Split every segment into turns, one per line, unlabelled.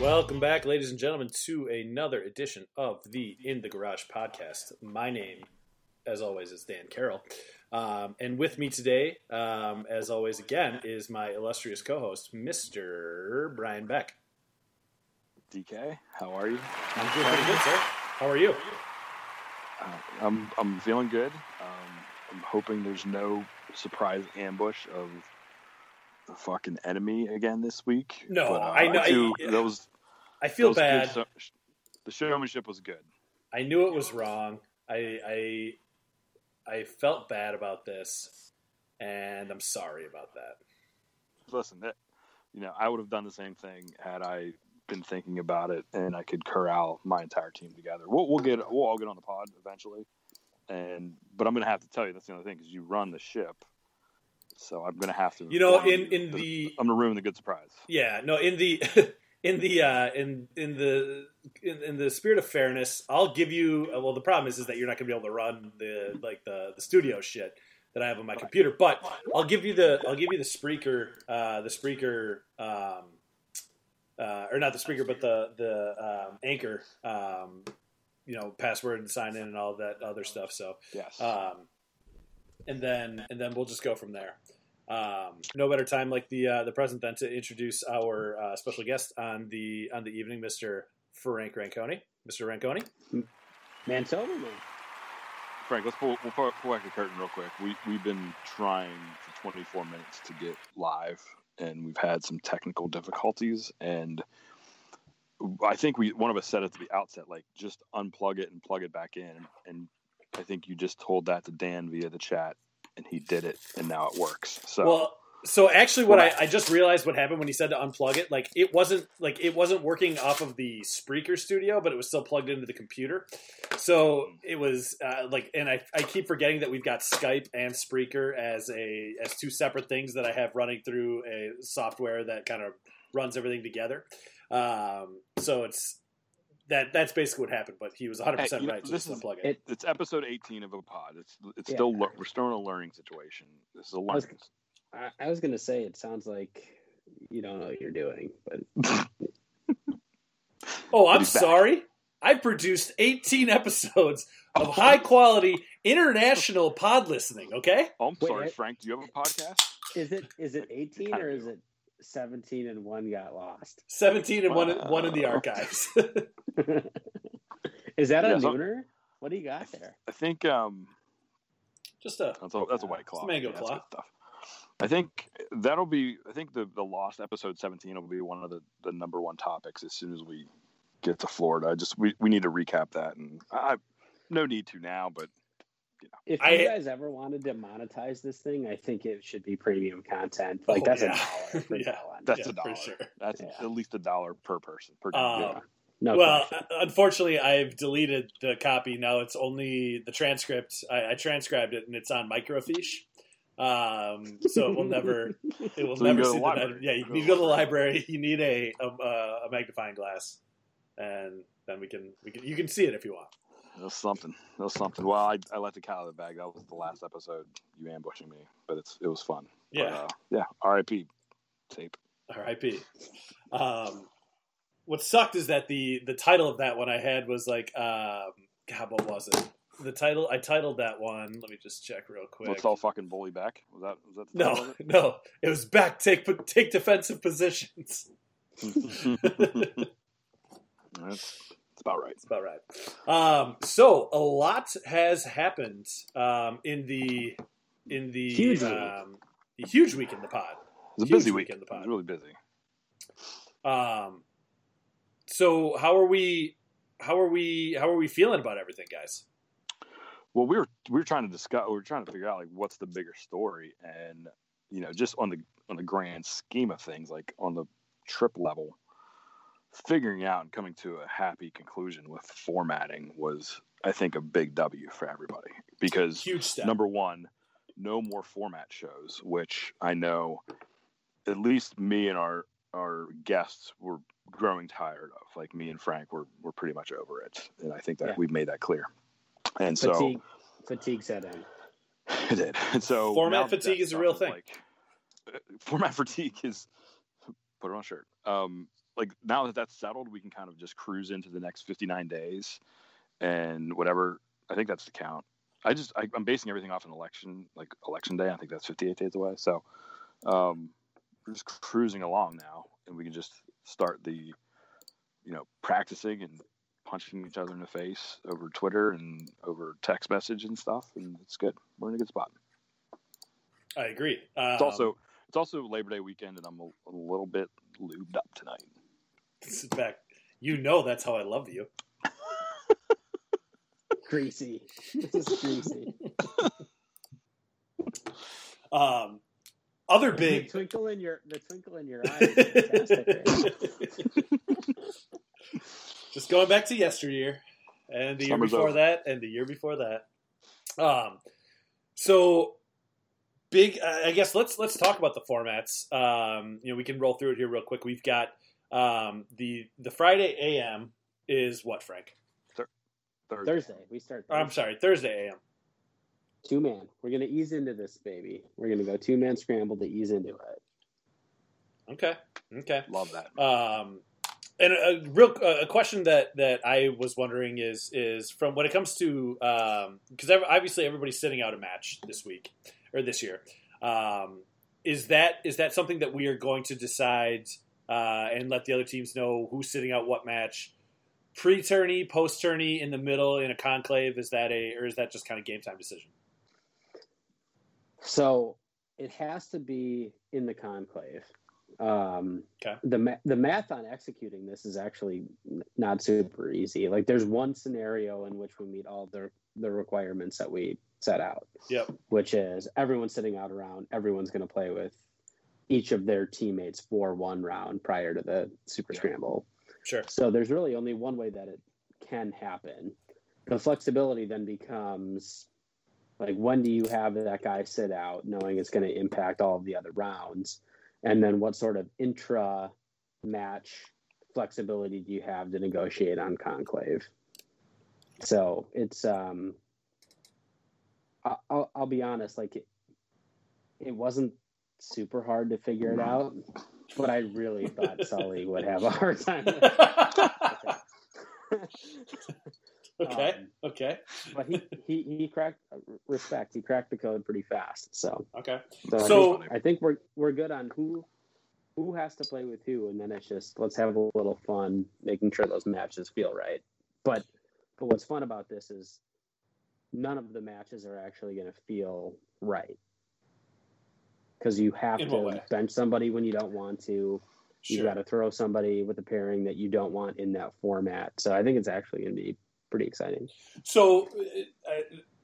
Welcome back, ladies and gentlemen, to another edition of the In the Garage podcast. My name, as always, is Dan Carroll. Um, and with me today, um, as always, again, is my illustrious co host, Mr. Brian Beck.
DK, how are you?
I'm doing pretty good, sir. How are you?
Uh, I'm I'm feeling good. Um, I'm hoping there's no surprise ambush of the fucking enemy again this week.
No,
uh,
I know-
do-
I-
those
I feel
those good
bad.
show- sh- the showmanship was good.
I knew it was wrong. I, I, I felt bad about this, and I'm sorry about that.
Listen, that you know, I would have done the same thing had I been thinking about it, and I could corral my entire team together. We'll, we'll get we'll all get on the pod eventually, and but I'm gonna have to tell you that's the only thing is you run the ship. So I'm gonna have to.
You know,
inform
in-
you
in
that
the-
I'm gonna ruin the good surprise.
Yeah, no, in the in the uh, in in the in, in the spirit of fairness, I'll give you. uh, Well, the problem is is that you're not going to be able to run the like the the studio shit that I have on my computer, but I'll give you the I'll give you the Spreaker uh, the Spreaker um, uh, or not the Spreaker, but the the um, Anchor. Um, you know, password and sign in and all that other stuff. So,
Yes.
um, and then and then we'll just go from there. Um, no better time like the uh, the present than to introduce our uh, special guest on the on the evening, Mister Frank Ranconi. Mister Ranconi,
Man, totally.
Frank, let's pull, we'll pull, pull back the curtain real quick. We, we've been trying for 24 minutes to get live, and we've had some technical difficulties. And I think we one of us said at the outset, like, just unplug it and plug it back in. And I think you just told that to Dan via the chat, and he did it, and now it works. So
well. So actually, what I, I just realized what happened when he said to unplug it, like it wasn't like it wasn't working off of the Spreaker studio, but it was still plugged into the computer. So it was uh, like, and I, I keep forgetting that we've got Skype and Spreaker as a as two separate things that I have running through a software that kind of runs everything together. Um, so it's that that's basically what happened. But he was 100 percent
Hey, you know,
right. So
this
just
is-
unplug it.
it-
it's episode 18 of a pod. It's it's
Yeah.
still lear- we're still in a learning situation. This is a
was-
learning.
I, I was gonna say it sounds like you don't know what you're doing, but
Oh, I'm
He's back.
sorry. I produced 18 episodes
Oh,
of high quality international pod listening. Okay,
Oh, I'm
Wait,
sorry,
I-
Frank. Do you have a podcast?
is it is it 18
kinda
or is
do.
it 17 and one got lost?
17 and one one in the
Wow.
archives.
Is that
Yeah,
a
so-
nooner? What do you got there?
I think um,
just a
That's a that's a white
It's a
claw.
mango
that's
claw.
good stuff. I think that'll be. I think the the lost episode seventeen will be one of the the number one topics as soon as we get to Florida. I just we, we need to recap that, and I no need to now, but
If
I-
you guys ever wanted to monetize this thing, I think it should be premium content. Like
Oh,
that's
yeah.
a dollar for
Yeah.
that one.
that's
Yeah,
a dollar.
for sure.
That's
Yeah.
at least a dollar per person per.
Um,
yeah.
No
well, uh,
question.
unfortunately, I've deleted the copy. Now it's only the transcript. I, I transcribed it, and it's on microfiche. Um, so it will never, it will
So you
never
go
see
to the
the night-
library.
Yeah, you need to go to the library. You need a a, uh, a magnifying glass, and then we can we can you can see it if you want.
That's something. That's something. Well, I, I let the cat out of the bag. That was the last episode. You ambushing me, but it's it was fun. But,
Yeah.
uh, yeah. R.I.P. Tape.
R.I.P. Um, what sucked is that the the title of that one I had was like, um, God, what was it? The title I titled that one. Let me just check real quick.
Let's all fucking bully back. Was that was that the title
no, no, it was back take take defensive positions.
of it? that's, that's about right.
That's about right. Um, so a lot has happened um, in the in the
Huge week.
um, the huge week in the pod.
It was a
Huge
busy
week
week.
in the pod.
It was really busy.
Um, so how are we? How are we? How are we feeling about everything, guys?
Well, we were we were trying to discuss. We were trying to figure out like what's the bigger story, and you know, just on the on the grand scheme of things, like on the trip level, figuring out and coming to a happy conclusion with formatting was, I think, a big W for everybody because
Huge step.
number one, no more format shows, which I know at least me and our our guests were growing tired of. Like me and Frank were were pretty much over it, and I think that
Yeah.
we've made that clear. And so
fatigue fatigue set in.
it did. And so
Format
now that
fatigue
that
is a real
stuff
thing.
like- format fatigue is put it on a shirt. Um, like now that that's settled, we can kind of just cruise into the next 59 days and whatever. I think that's the count. I just I, I'm basing everything off an election, like election day. I think that's 58 days away. So um, we're just cruising along now, and we can just start the you know practicing and punching each other in the face over Twitter and over text message and stuff, and it's good. We're in a good spot.
I agree.
It's
Um,
also it's also Labor Day weekend, and I'm a, a little bit lubed up tonight.
in fact, you know that's how I love you.
Greasy. This is greasy.
Um, other
The
big.
twinkle in your the twinkle in your eye. Is fantastic. right?
Just going back to yesteryear and the year
Summer's
before
over.
that and the year before that. Um, so big. I I guess let's let's talk about the formats. Um, you know, we can roll through it here real quick. We've got um, the the Friday AM is what Frank.
Thursday.
Thursday we start.
Or, I'm sorry, Thursday AM.
Two man. We're gonna ease into this baby. We're gonna go two man scramble to ease into it.
Okay, okay.
Love that.
Um, and a, a real a question that that I was wondering is is from when it comes to because obviously everybody's sitting out a match this week or this year. Um, is that is that something that we are going to decide uh, and let the other teams know who's sitting out what match? Pre tourney, post tourney, in the middle, in a conclave, is that a or is that just kind of game time decision?
So it has to be in the conclave. Um,
Okay.
The ma- the math on executing this is actually n- not super easy. Like there's one scenario in which we meet all the the requirements that we set out.
Yep.
Which is everyone's sitting out around. Everyone's going to play with each of their teammates for one round prior to the Super
Yeah.
Scramble.
Sure.
So there's really only one way that it can happen. The flexibility then becomes like when do you have that guy sit out, knowing it's going to impact all of the other rounds, and then what sort of intra match flexibility do you have to negotiate on conclave? So it's um, I- I'll I'll be honest, like it, it wasn't super hard to figure it out, but I really thought Sully would have a hard time. with it.
okay,
Um,
okay,
but he, he he cracked uh, respect. He cracked the code pretty fast. So
okay.
so,
So-
I, think, I think we're we're good on who who has to play with who, and then it's just let's have a little fun making sure those matches feel right. But but what's fun about this is none of the matches are actually going to feel right because you have
In what
to
way?
bench somebody when you don't want to. You've
Sure.
got to throw somebody with a pairing that you don't want in that format. So I think it's actually going to be pretty exciting.
So uh,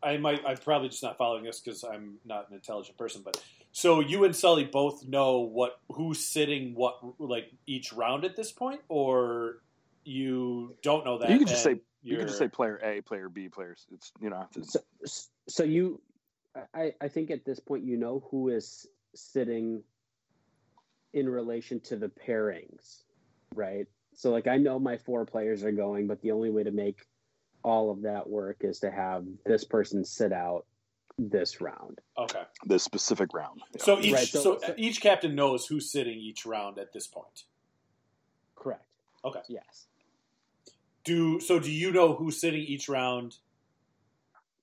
I, I might I'm probably just not following this because I'm not an intelligent person. But so you and Sully both know what who's sitting what like each round at this point, or you don't know that.
You can just
and
say- You can just say
you're-
player A, player B, players. It's you don't have to.
So, so you, I, I think at this point you know who is sitting in relation to the pairings, right? So like I know my four players are going, but the only way to make all of that work is to have this person sit out this round.
okay.
this specific round.
So each
Right,
so,
so- so-
each captain knows who's sitting each round at this point.
Correct.
Okay.
Yes.
Do so? Do you know who's sitting each round?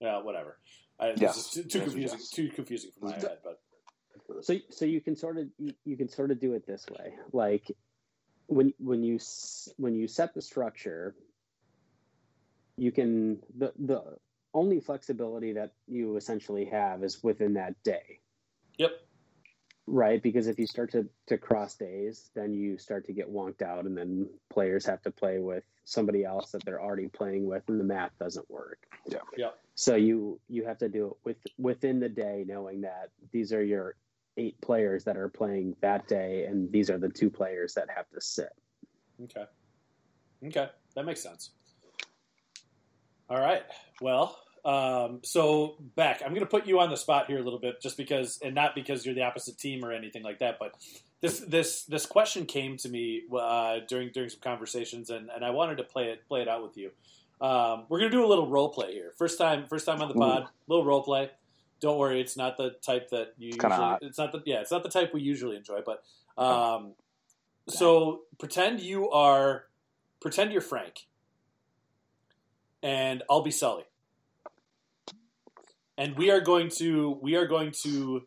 Yeah, whatever. I, this
Yes.
is too, too
Yes,
confusing.
yes.
Too confusing for my head. But
So so you can sort of you, you can sort of do it this way. Like when when you s- when you set the structure, you can the the only flexibility that you essentially have is within that day.
Yep.
Right, because if you start to, to cross days, then you start to get wonked out, and then players have to play with somebody else that they're already playing with, and the math doesn't work.
Yeah.
Yep.
So you you have to do it with within the day, knowing that these are your eight players that are playing that day, and these are the two players that have to sit.
Okay. Okay, that makes sense. All right. Well, um, so back, I'm going to put you on the spot here a little bit, just because, and not because you're the opposite team or anything like that, but this this this question came to me uh, during during some conversations, and, and I wanted to play it play it out with you. Um, we're going to do a little role play here. First time first time on the pod, little role play. Don't worry, it's not the type that you
kinda
usually,
hot.
it's not the yeah, it's not the type we usually enjoy, but um, so pretend you are pretend you're Frank, and I'll be Sully, and we are going to we are going to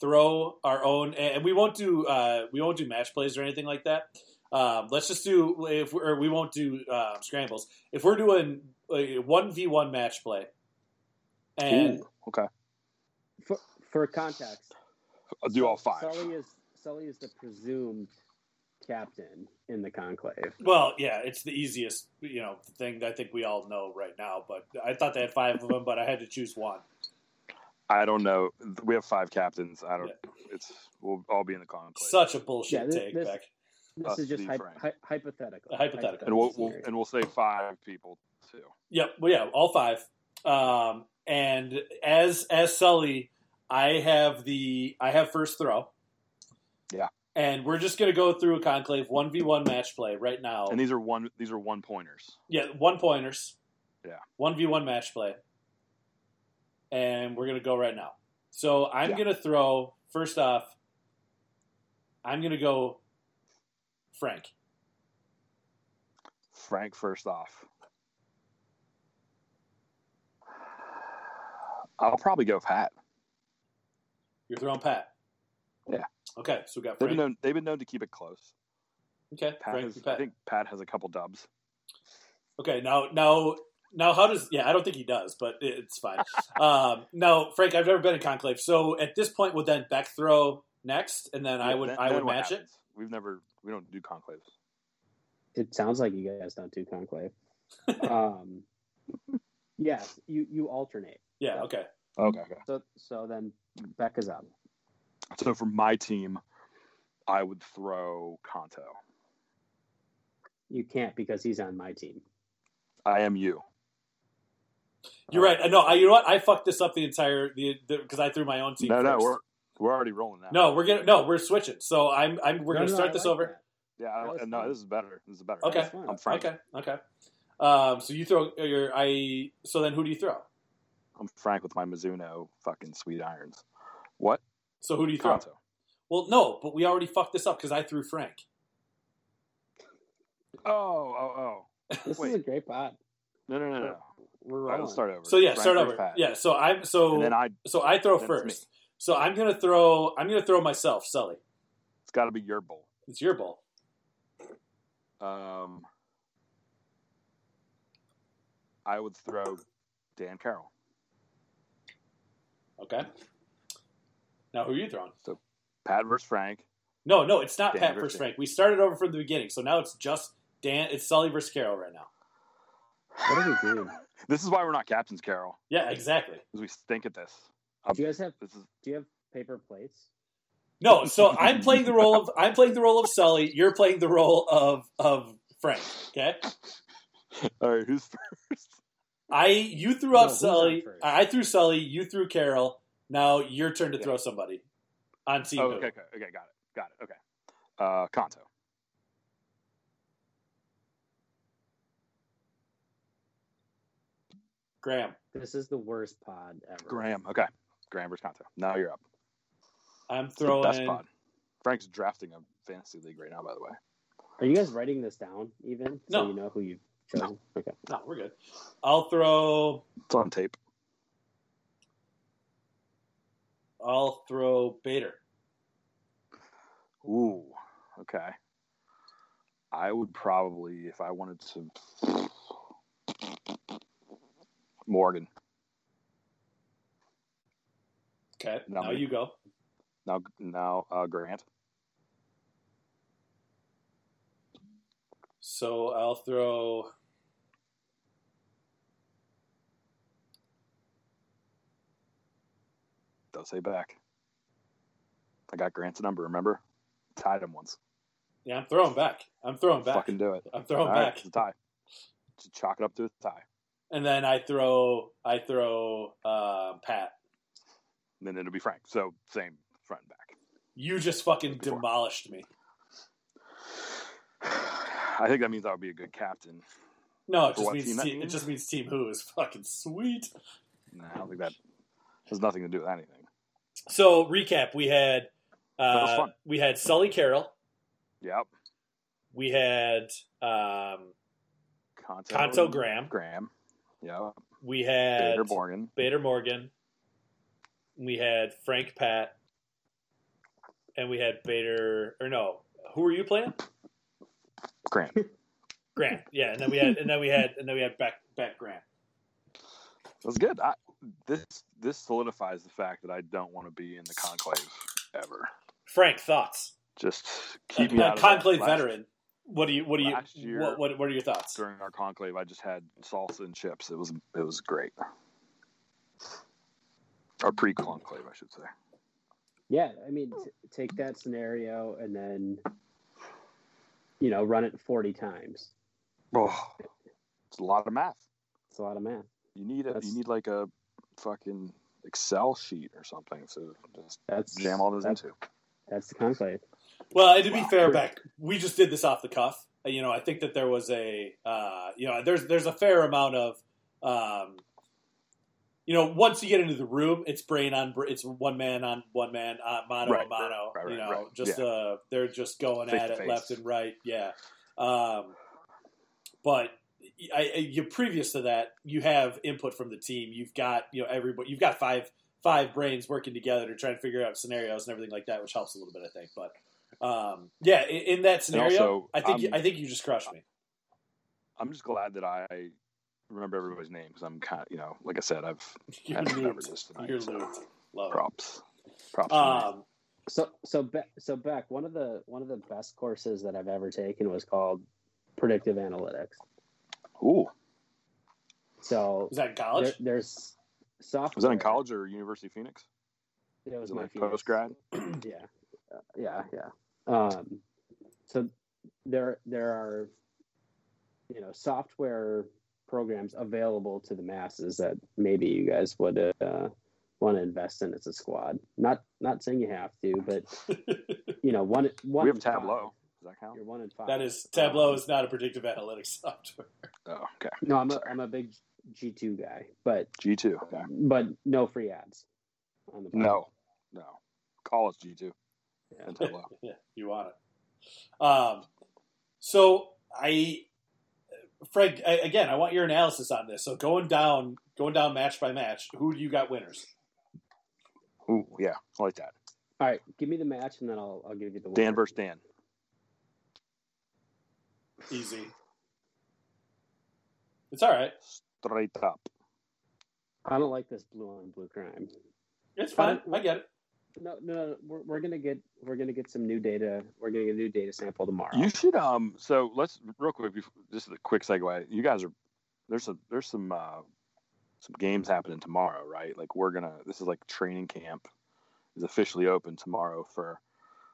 throw our own, and we won't do uh, we won't do match plays or anything like that. Um, let's just do if we or we won't do uh, scrambles. If we're doing one v one match play, and
Ooh, okay.
For, for context,
I'll do all five.
Sully is Sully is the presumed captain in the conclave.
well, yeah, it's the easiest you know thing I think we all know right now. But I thought they had five of them, but I had to choose one.
I don't know. We have five captains. I don't. It's we'll all be in the conclave,
Such a bullshit
Yeah, this-
take,
this-
Beck.
This
Us
is just
be
hy-
Frank.
hy- hypothetical.
A hypothetical.
and we'll, we'll and we'll say five people too.
Yep. Well, yeah, all five. Um, and as as Sully, I have the I have first throw.
Yeah.
And we're just gonna go through a conclave one v one match play right now.
And these are one. These are one pointers.
yeah, one pointers.
Yeah.
One v one match play. And we're gonna go right now. So I'm
Yeah.
gonna throw first off. I'm gonna go. Frank.
Frank, first off, I'll probably go Pat.
You're throwing Pat.
Yeah.
Okay, so we got
They've
Frank.
been known. They've been known to keep it close.
okay,
Pat
Frank.
has,
Pat.
I think Pat has a couple dubs.
Okay, now now now how does yeah, I don't think he does, but it- it's fine. um now Frank, I've never been in conclave. So at this point would then Beck throw next and then I
Yeah,
would
then-
I
then
would
what
match it.
happens? We've never. We don't do conclaves.
It sounds like you guys don't do conclave. um, yes, you you alternate.
Yeah, okay.
Okay. Okay.
So so then Becca's up.
So for my team, I would throw Kanto.
You can't because he's on my team.
I am you.
You're right. No, I you know what? I fucked this up the entire the because I threw my own team.
No, no,
first.
we're we're already rolling now.
no, we're getting no, we're switching. So I'm I'm we're
No,
gonna
no,
start
I
this
like
over.
that.
yeah, I
that was
don't, no,
fun.
this is better. This is better.
Okay.
That was fun.
I'm Frank.
Okay, okay. Um so you throw your I so then who do you throw?
I'm Frank with my Mizuno fucking sweet irons. What?
So who do you throw?
Kanto.
Well, no, but we already fucked this up because I threw Frank.
Oh, oh, oh.
This
Wait.
is a great pot.
No, no, no, no. All
We're
right,
rolling.
let's start over.
So yeah,
Frank
start
versus
over.
Pat.
Yeah, so I'm so
And then I.
So I throw
That's
first.
me.
So I'm gonna throw. I'm gonna throw myself, Sully.
It's got to be your bowl.
It's your ball.
Um. I would throw Dan Carroll.
Okay. Now who are you throwing?
Pat versus Frank.
No, no, it's not
Dan
Pat
versus-
versus Frank. We started over from the beginning, so now it's just Dan. It's Sully versus Carol right now.
What are we doing?
This is why we're not captains, Carroll.
Yeah, exactly.
Because we stink at this.
Do you guys have
This is
do you have paper plates?
No, so I'm playing the role of I'm playing the role of Sully. You're playing the role of of Frank. Okay.
all right. Who's first?
I you threw out
No, who's on
Sully.
first?
I threw Sully. You threw Carol. Now your turn to
Yeah.
throw somebody on team.
Oh,
who?
okay, okay, okay, got it, got it. Okay, uh, Kanto.
Graham.
This is the worst pod ever.
Graham. Okay, Graham versus Kanto. Now you're up.
I'm
It's the
throwing.
best pod. Frank's drafting a fantasy league right now. By the way,
Are you guys writing this down even? So
No.
you know who you've chosen? Okay.
No, we're good. I'll throw.
it's on tape.
I'll throw Bader.
Ooh. Okay. I would probably, if I wanted to, Morgan.
Okay,
No,
now
man.
you go.
Now, now uh, Grant.
So I'll throw.
Don't say back. I got Grant's number. Remember, tied him once.
Yeah, I'm throwing back. I'm throwing back.
Fucking do it.
I'm throwing
All right,
back.
it's a tie. Just chalk it up to a tie.
And then I throw. I throw uh, Pat.
then it'll be Frank. So same front and back.
You just fucking
Before.
demolished me.
I think that means I would be a good captain.
No, it
For
just
what
means
team that
team, it
means?
just means team who is fucking sweet.
No, I don't think that has nothing to do with anything.
So recap: we had
was
uh,
fun.
we had Sully Carroll,
Yep.
We had um,
Conto,
Conto Graham.
Graham. Yeah.
We had
Bader Morgan.
Bader Morgan. We had Frank Pat. And we had Bader or no, who were you playing?
Graham.
Grant. Yeah, and then we had and then we had and then we had Beck Beck Grant.
That's good. I, this this solidifies the fact that I don't want to be in the conclave ever.
Frank, thoughts?
Just keep me
A- a
out of that.
conclave
Last-
veteran. What do you what do you
last year-
what, what what are your thoughts?
During our conclave, I just had salsa and chips. It was it was great. Or pre-conclave, I should say.
Yeah, I mean, t- take that scenario and then, you know, run it 40 times.
Oh, it's a lot of math.
It's a lot of math.
You need a,
That's-
you need like a fucking Excel sheet or something to just
That's
jam all those
that's,
into.
That's the conclave.
Well, and to be
Wow.
fair, Beck, we just did this off the cuff. Uh, You know, I think that there was a uh, you know there's there's a fair amount of um, you know once you get into the room, it's brain on br- it's one man on one man uh, mono
Right,
on mono.
right, right,
you know,
right,
just uh, they're just going
Face
at
to
it
face.
left and right. Yeah, um, but. I, I, you previous to that, you have input from the team. You've got you know everybody. You've got five five brains working together to try and figure out scenarios and everything like that, which helps a little bit, I think. But um, yeah, in, in that scenario,
also, um,
I think
I'm-
you, I think you just crushed me.
I'm just glad that I remember everybody's name because I'm kind of, you know, like I said, I've
You're
had to remember
looped.
this tonight.
You're
so Uh,
looped. Love. it.
props, props. to me.
Um,
So so Be- so Beck, one of the one of the best courses that I've ever taken was called predictive analytics.
Ooh,
So
was that in
there,
college?
there's software.
was that in college or University of Phoenix?
It
Was
was
it
my
like
Phoenix.
post grad?
yeah Uh, yeah yeah um so there there are you know software programs available to the masses that maybe you guys would uh, want to invest in as a squad not not saying you have to but you know one one
We have
in five.
Tableau. Does that count?
Uh, you're one in five
That is Tableau is not a predictive analytics software.
Oh, okay.
no i'm a, I'm a big g2 guy but
G two. Okay.
but no free ads on the
No, no. College G two
Yeah.
and Tableau.
yeah, you want it. Um, so I, Frank, I, again, I want your analysis on this. So going down, going down match by match, who do you got winners?
Ooh, yeah, I like that.
all right give me the match and then i'll, I'll give you the
Dan
winner.
versus Dan.
Easy. It's all right.
Straight up.
i don't like this blue on blue crime
It's fine. I get it.
No, no, no. We're, we're gonna get we're gonna get some new data. We're gonna get a new data sample tomorrow.
You should um. So let's real quick. bef- Just a quick segue. You guys are there's a there's some uh some games happening tomorrow, right? Like we're gonna this is like training camp is officially open tomorrow for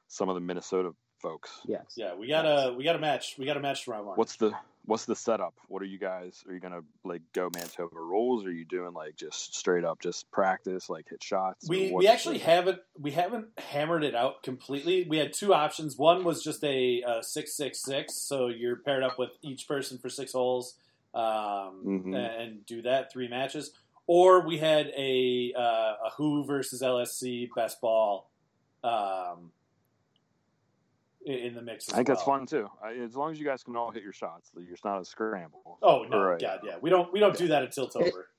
some of the Minnesota folks.
yes.
Yeah, we got a we got a match. We got a match tomorrow morning.
What's the what's the setup? What are you guys? Are you gonna like go Manitoba rules? Are you doing like just straight up just practice like hit shots?
we
What's
we actually
the-
haven't we haven't hammered it out completely. We had two options. One was just a uh, six six six, so you're paired up with each person for six holes, um,
Mhm.
and do that three matches. Or we had a uh, a Who versus LSC best ball, um, i- in the mix. As
I think that's
well.
fun too. I, as long as you guys can all hit your shots, it's not a scramble.
Oh no,
Right.
God, yeah, we don't we don't do that until it's
It-
over.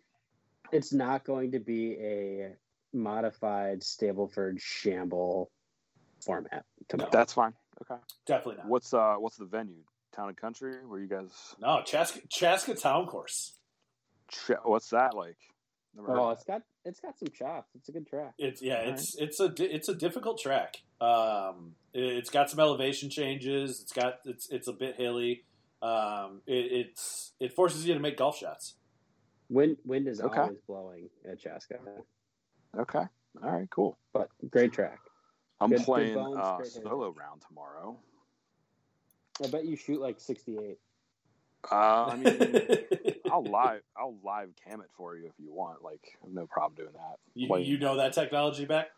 It's not going to be a modified Stableford shamble format tomorrow.
That's fine. Okay.
Definitely not.
What's uh what's the venue? Town and country? Where you guys?
No, Chaska, Chaska Town Course.
Ch- what's that like? Never heard
oh,
of
it's got it's got some chops. It's a good track.
It's yeah, it's it's a di- it's a difficult track. Um, it, it's got some elevation changes. It's got it's it's a bit hilly. Um, it, it's it forces you to make golf shots.
Wind wind is
Okay.
always blowing at Chaska,
that. Okay. All right. Cool.
but great track.
I'm
Good- good
playing
bones,
uh,
great hair.
solo round tomorrow.
I bet you shoot like sixty eight.
Uh, I mean, I'll live I'll live cam it for you if you want. Like, I have no problem doing that.
you,
playing,
you know that technology back.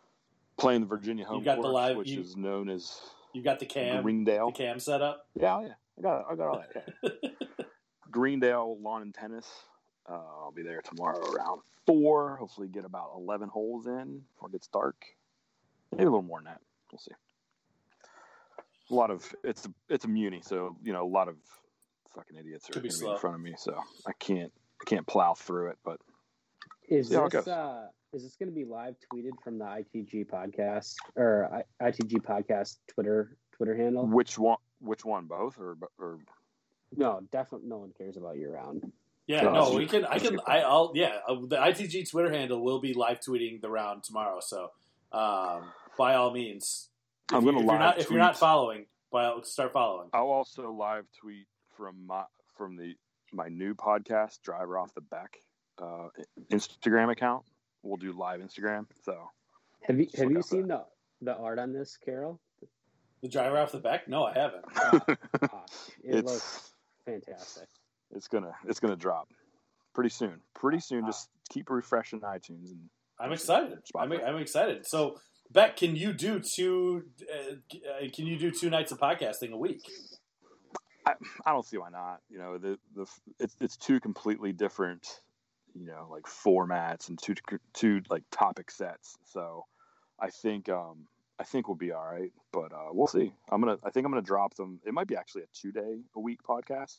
playing the Virginia home
you got the
course,
live-
which
you-
is known as
You got the cam, the
Greendale.
cam setup.
Yeah, oh, yeah. I got I got all that. yeah. Greendale lawn and tennis. Uh, I'll be there tomorrow around four. Hopefully, get about eleven holes in before it gets dark. Maybe a little more than that. We'll see. a lot of it's a, it's a muni, so you know a lot of fucking idiots are
Could
gonna
be
be
slow.
in front of me, so I can't I can't plow through it. But
Is
See how it
this
goes.
uh, is this going to be live tweeted from the ITG podcast or I, ITG podcast Twitter Twitter handle?
which one? Which one? Both or or
No, definitely no one cares about year round.
Yeah,
Yeah,
no,
that's-
we can. I
that's
can.
good.
I, I'll. Yeah, uh, the ITG Twitter handle will be live tweeting the round tomorrow. So, um, by all means, if
I'm
you-
gonna
if you're
live
not, if you're not
tweet.
following, by all- start following.
I'll also live tweet from my from the my new podcast, Driver Off the Beck, uh, Instagram account. We'll do live Instagram. So
Have you
Just
have
look
you
out for
seen the the art on this, Carol?
The driver off the back? No, I haven't.
Uh, uh, it looks
it's
fantastic.
it's gonna it's gonna drop pretty soon. Pretty soon. Just keep refreshing iTunes and
I'm excited. I'm,
Spotlight.
I'm excited. So, Beck, can you do two? Uh, uh, can you do two nights of podcasting a week?
I, I don't see why not. You know, the the it's it's two completely different, you know, like formats and two two like topic sets. So I think um I think we'll be all right, but uh, we'll see. I'm gonna I think I'm gonna drop them. It might be actually a two day a week podcast,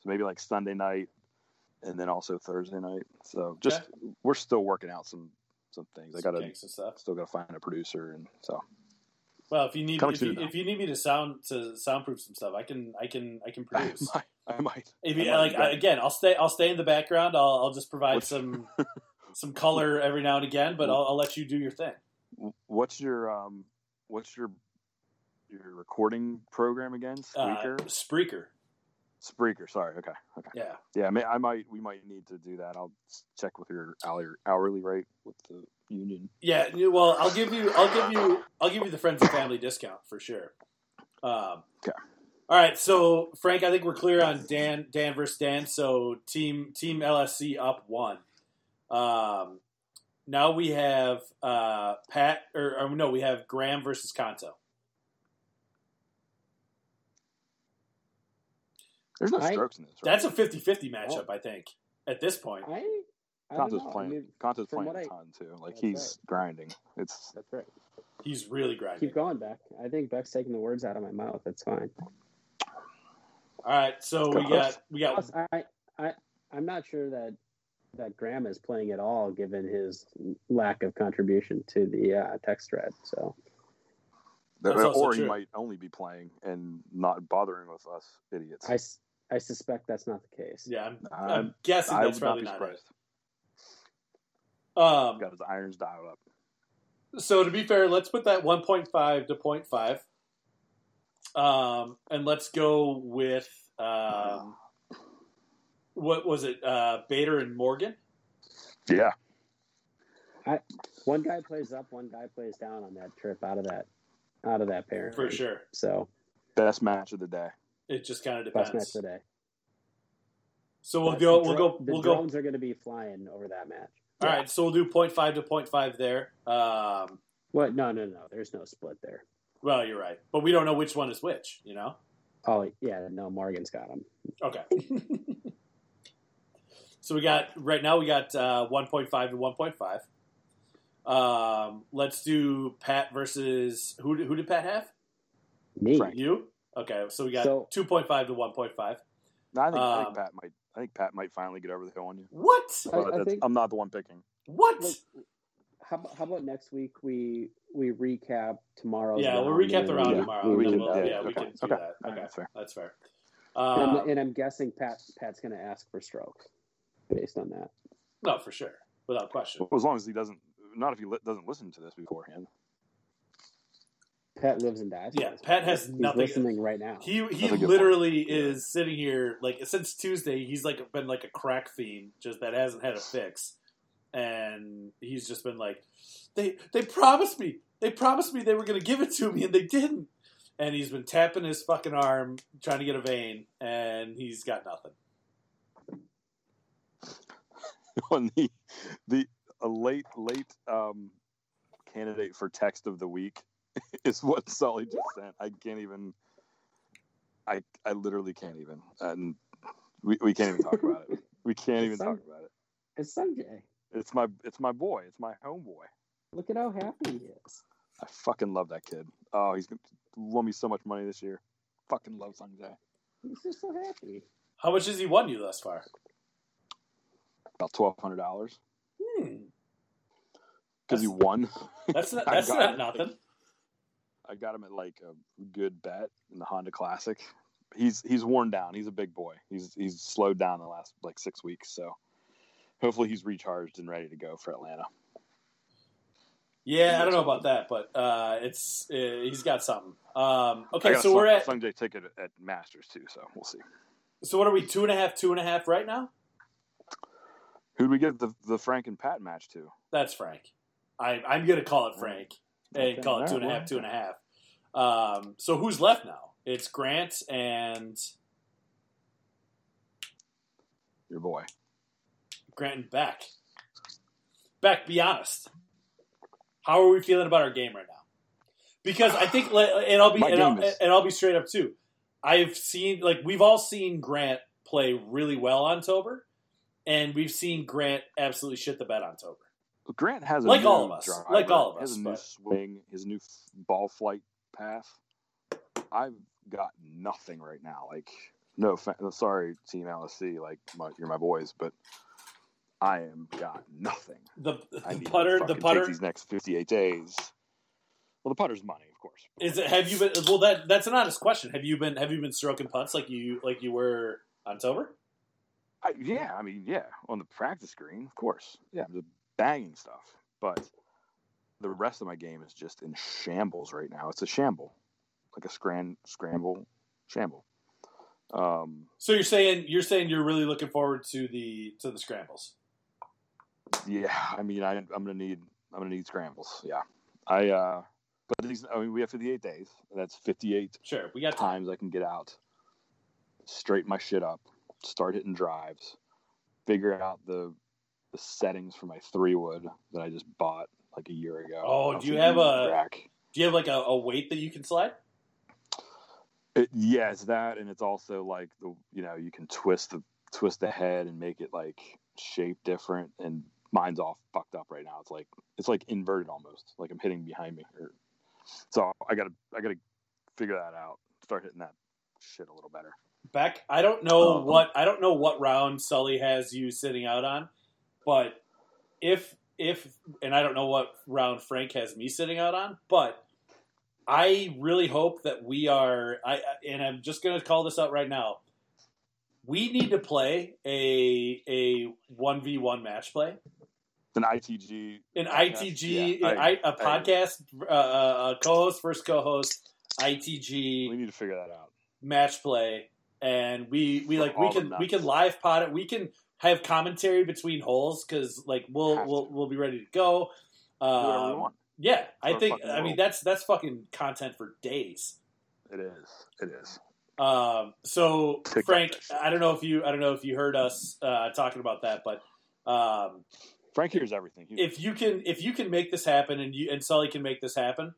so maybe like Sunday night and then also Thursday night. So just we're still working out some some things. I gotta
Gigs and stuff.
still gotta find a producer and so
Well, if you need
Coming
if you,
soon, though.
if you need me to sound to soundproof some stuff, I can I can I can
I
produce.
might I might
If you-
I might
like
be
I,
back.
again, I'll stay I'll stay in the background. I'll, I'll just provide
What's-
some some color every now and again, but I'll, I'll let you do your thing.
what's your um what's your your recording program again
Uh,
spreaker
Spreaker,
spreaker sorry okay okay
yeah,
yeah I, may, I might we might need to do that i'll s- check with your hourly, hourly rate with the union
yeah. you- Well, I'll give you I'll give you I'll give you the friends and family discount for sure. Um,
Okay.
All right, so Frank, I think we're clear on Dan Dan versus Dan. So team team LSC up one. Um, now we have uh, Pat or, or no, we have Graham versus Kanto.
there's no
I-
strokes in this right
That's a 50-50 matchup, I think, at this point.
I I don't
Conto's
know. I
playing.
mean,
Conto's
from
playing a
what I-
ton too. Like
That's
he's grinding. It's
that's right.
He's really grinding.
Keep going, Beck. I think Beck's taking the words out of my mouth. That's fine.
All right, so we
Go.
got we got
Plus, I, I, I'm not sure that that Graham is playing at all, given his lack of contribution to the uh, text thread. So
That's also
uh, or he
true.
might only be playing and not bothering with us idiots.
I, s- I suspect that's not the case.
yeah. I'm, I'm,
I'm-
guessing
Uh, I
Um, that's
would not
probably
be
not.
surprised.
it. Um,
Got his irons dialed up.
so to be fair, let's put that one point five to 0.5. Um, and let's go with um, what was it? Uh, Bader and Morgan.
Yeah.
One guy plays up, one guy plays down on that trip out of that, out of that pair.
For sure,
So
Best match of the day.
it just kind of
best
depends.
match today.
So we'll go. We'll go.
The
We'll go.
drones are going to be flying over that match.
All right, so we'll do 0.5 to 0.5 there. Um,
What? No, no, no. There's no split there.
well, you're right, but we don't know which one is which. You know.
Oh yeah, no. Morgan's got him.
Okay. so we got right now we got uh, 1.5 to 1.5. Um, let's do Pat versus who? did- Who did Pat have?
Me.
Frank.
You? Okay, so we got
So-
2.5 to 1.5.
No, I think, I
Um,
think Pat might. I think Pat might finally get over the hill on you.
What?
I- I
But that's-
think-
I'm not the one picking.
What?
Look, how, about- how about next week we we recap tomorrow?
yeah, we'll recap the round
Yeah,
tomorrow. and
we can-
then we'll,
yeah,
yeah, we
okay,
can do
okay,
that.
all
Okay,
right, fair.
that's fair.
And, I'm-
Um,
and I'm guessing Pat Pat's going to ask for strokes based on that.
no, for sure, without question.
Well, as long as he doesn't, not if he li- doesn't listen to this beforehand.
Pat lives and dies.
Yeah, Pat has
He's
nothing-
listening right now.
He he
That's a good
literally is sitting here like since Tuesday. He's like been like a crack fiend, just that hasn't had a fix, and he's just been like, they they promised me, they promised me they were going to give it to me, and they didn't. And he's been tapping his fucking arm trying to get a vein, and he's got nothing.
on the the a late late um, candidate for text of the week is what Sully just sent. I can't even. I I literally can't even, and we, we can't even talk about it. We can't even talk about it.
It's Sanjay.
It's my it's my boy. It's my homeboy.
Look at how happy he is.
I fucking love that kid. Oh, he's gonna- won me so much money this year. Fucking love Sung Jae.
He's just so happy.
How much has he won you thus far?
About twelve hundred dollars
Hmm.
because he won.
That's not,
I
that's
got
not
it.
nothing.
I got him at like a good bet in the Honda Classic. He's he's worn down. He's a big boy. He's he's slowed down the last like six weeks. So hopefully he's recharged and ready to go for Atlanta.
Yeah, I don't know about that, but uh, it's uh, he's got something. Um,
I
okay,
got
so we're at
Sungjae ticket at Masters too. So we'll see.
so what are we two and a half, two and a half right now?
Who do we give the the Frank and Pat match to?
That's Frank. I, I'm gonna call it Frank and
Okay,
call it two
alright,
and a half, two and a half. Um, so who's left now? It's Grant and
Your boy.
Grant and Beck. Beck, be honest. How are we feeling about our game right now? Because I think, like, and I'll be
My
and I'll,
game is-
and I'll be straight up too. I've seen like we've all seen Grant play really well on Tober, and we've seen Grant absolutely shit the bed on Tober.
Grant has a
Like
new
all of us.
driver.
Like all of
He Has
us,
a new
but-
swing. His new f- ball flight path. I've got nothing right now. Like no, offen- sorry, Team LSC. Like my, you're my boys, but I am got nothing.
The,
I
the
need to
putter, the
fucking take
putter
these next 58 days. Well, the putter's money, of course.
is it. Have you been? Well, that that's an honest question. Have you been? Have you been stroking putts like you like you were on Tober?
I, yeah, I mean, yeah, on the practice screen, of course. Yeah, I'm just banging stuff. But the rest of my game is just in shambles right now. It's a shamble, like a scran scramble shamble. Um,
So you're saying you're saying you're really looking forward to the to the scrambles.
yeah, I mean, I, I'm gonna need I'm gonna need scrambles. Yeah, I. uh But these, I mean, we have 58 days. That's 58
Sure, we got time.
times I can get out, straighten my shit up, start hitting drives, figure out the the settings for my three wood that I just bought like a year ago.
Oh, do
off
you
of
have
used
a-
rack.
Do you have like a, a weight that you can slide?
It, yeah, it's that, and it's also like the you know you can twist the twist the head and make it like shape different. And mine's all fucked up right now. It's like it's like inverted almost. Like I'm hitting behind me. Or, so I gotta I gotta figure that out. Start hitting that shit a little better.
Beck, I don't know
Um,
what I don't know what round Sully has you sitting out on, but if if and I don't know what round Frank has me sitting out on, but I really hope that we are I I- and I'm just going to call this out right now. We need to play a a 1v1 match play.
An ITG
an
Podcast?
ITG,
Yeah,
an
I-
I, a podcast, uh, uh, a co-host, first co-host, ITG
We need to figure that out.
match play, and we we
For
like we
all the
can we
nuts.
can live pod it. We can have commentary between holes because like we'll
Have
we'll
to.
we'll be ready to go.
Do whatever we
Um,
want.
yeah, I
Our
think
fucking
I mean
world.
that's that's fucking content for days.
It is. It is.
Um, so
Pick up
Frank,
that shit.
I don't know if you I don't know if you heard us uh, talking about that, but. Um,
Frank hears everything. He-
if you can if you can make this happen and you and Sully can make this happen,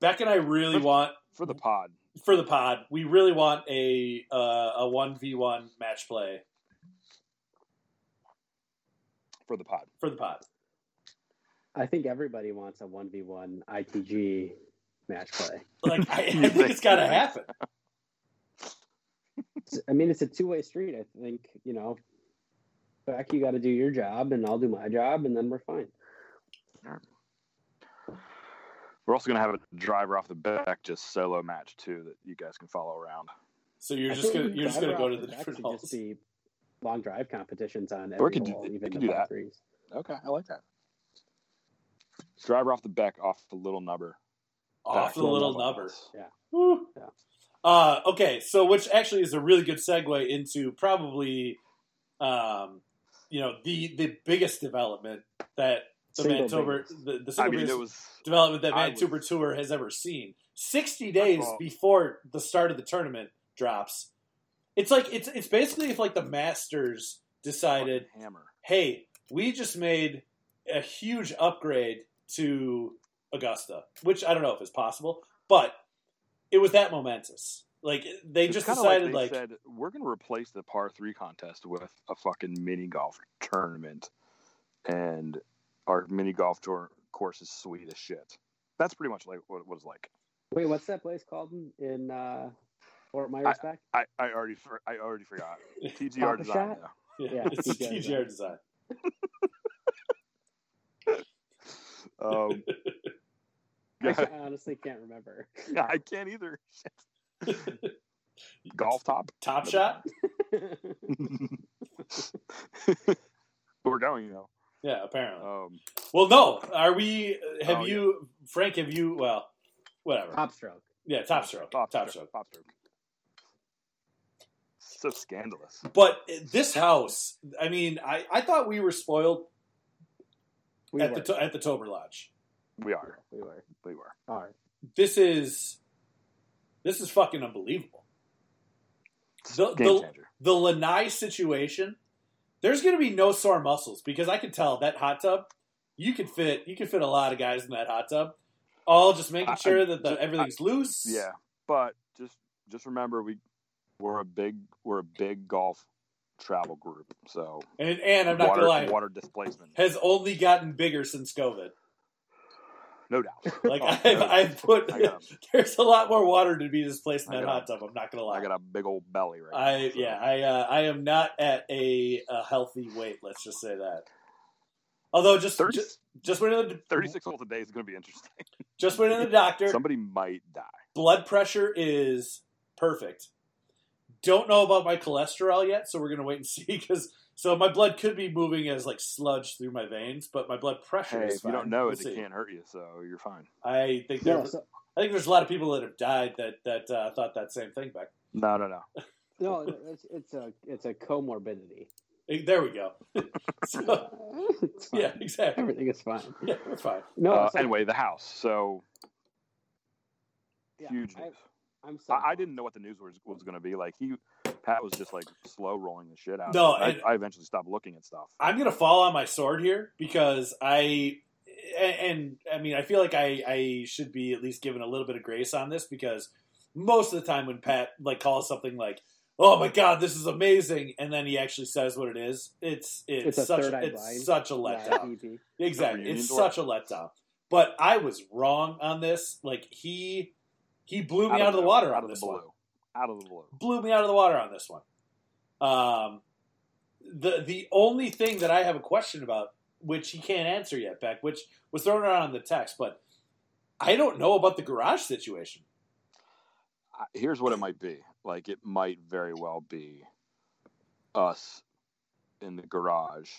Beck and I really
Perfect.
want
for the pod,
for the pod. We really want a uh, a one v one match play
for the pod.
for the pod.
I think everybody wants a one v one ITG match play.
Like I, I think it's got to happen.
It's- I mean, it's a two way street. I think you know, back you got to do your job, and I'll do my job, and then we're fine.
We're also going to have a driver off the back, just solo match too, that you guys can follow around.
So you're
I
just
think
gonna you're just
driver
gonna go to
off
the
back
different
should
holes.
Just be long drive competitions on
Or
every
we could do-
hole,
we
even
could do
the par
that.
threes.
Okay, I like that. Driver off the back, off the little nubber.
off
Back
the little nubber.
house.
Woo.
Yeah.
Uh, okay, so which actually is a really good segue into probably, um, you know, the the biggest development that the
Single
Mantober
biggest.
the, the
I
single
mean,
biggest
it was.
development that
I
Vancouver
was-
Tour has ever seen. 60 days
Well-
before the start of the tournament drops. It's like it's it's basically if like the Masters decided,
fucking Hammer.
"Hey, we just made a huge upgrade to Augusta," which I don't know if is possible, but it was that momentous. Like they
It's
just
kinda
decided
they
like,
said, we're going to replace the par three contest with a fucking mini golf tournament, and our mini golf tour course is sweet as shit. That's pretty much like what it was like.
Wait, what's that place called in- in uh, Fort Myers back?
I, I already for, I already forgot. TGR
Papa
design.
Shot?
though.
Yeah,
it's
TGR
TGR design.
Um,
I, can't- I honestly can't remember.
I can't either. Shit. Golf top.
Top Shot.
We're going, you know.
Yeah, apparently.
Um,
Well, no. Are we? uh, Have
Oh, yeah.
you, Frank? Have you? Well, whatever.
Top stroke.
yeah, top stroke.
top,
Top,
top
stroke.
stroke. Top stroke. So scandalous.
But this house, I mean, I, I thought we were spoiled
We
at
were.
the to- at the Tober Lodge.
We are.
we were.
We were.
All right.
This is this is fucking unbelievable. The
Game
the,
changer.
the Lanai situation, there's going to be no sore muscles because I can tell that hot tub, you could fit you could fit a lot of guys in that hot tub. All just
I-
making
I-
sure that the, everything's loose.
Yeah, but just just remember we we're a big we're a big golf travel group. So
And and I'm not
water
gonna lie,
water displacement,
has only gotten bigger since COVID.
no doubt.
Like
Oh,
I've,
dude.
I've put
I got a,
there's a lot more water to be displaced in
I
that
got
hot tub. I'm not gonna lie.
I got a big old belly right now.
I
so.
yeah, I uh, I am not at a, a healthy weight. Let's just say that. Although just
30,
just, just went to the
36 holes a day is going to be interesting.
just went to the doctor.
Somebody might die.
Blood pressure is perfect. Don't know about my cholesterol yet, so we're gonna wait and see. Because so my blood could be moving as like sludge through my veins, but my blood pressure
Hey,
is
if you don't
fine.
know
We'll
it,
see.
it can't hurt you, so you're fine.
I think there.
No, so,
I think there's a lot of people that have died that that uh, thought that same thing back.
No, no, no.
no, it's, it's a it's a comorbidity.
Eh, There we go. so,
It's fine.
yeah, exactly.
everything is fine.
Yeah, we're fine.
No,
Uh,
so-
anyway, the house. So
yeah,
huge
I,
news.
I'm sorry.
I, I didn't know what the news was, was going to be. Like he, Pat was just like slow rolling the shit out. of
No,
it. I,
and-
I eventually stopped looking at stuff.
I'm gonna fall on my sword here because I and, and I mean I feel like I I should be at least given a little bit of grace on this because most of the time when Pat like calls something like oh my god this is amazing and then he actually says what it is it's it's,
It's a
such
third eye
it's
blind.
such a
Live
letdown
EP.
exactly
Reunion
it's
tour.
such a letdown but I was wrong on this like he he blew me out, of the
blue,
water
out
on
of the
this
blue,
one
out of the blue.
blew me out of the water on this one. Um, the the only thing that I have a question about, which he can't answer yet, Beck, which was thrown around in the text, but I don't know about the garage situation.
I- Here's what it might be. Like it might very well be us in the garage.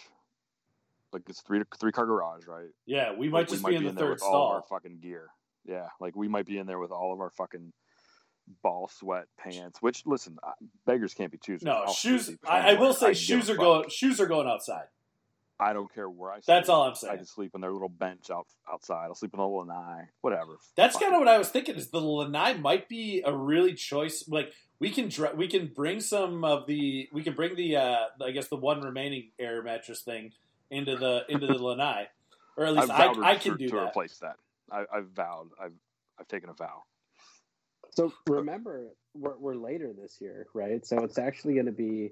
Like it's three three car garage, right?
Yeah, we might
Like,
just be in the
there
third
with all of our
stall.
fucking gear. Yeah, like we might be in there with all of our fucking ball sweat pants. Which listen, I- beggars can't be choosers.
No
I'll
shoes.
sleep
I, I
anywhere.
will say
can give
shoes
a
are
fuck.
going. Shoes are going outside.
I don't care where I. Sleep.
That's all I'm
I
saying.
can sleep on their little bench out outside. I'll sleep on a little eye. Whatever.
That's
Fuck
kind of
it.
what I was thinking. Is the Lanai might be a really choice. Like we can dr- we can bring some of the we can bring the uh, I guess the one remaining air mattress thing into the into the Lanai, or at least
I've
I,
vowed
I
to-
can do
to
that.
replace that. I, I've vowed. I've I've taken a vow.
So remember, we're, we're later this year, right? So it's actually going to be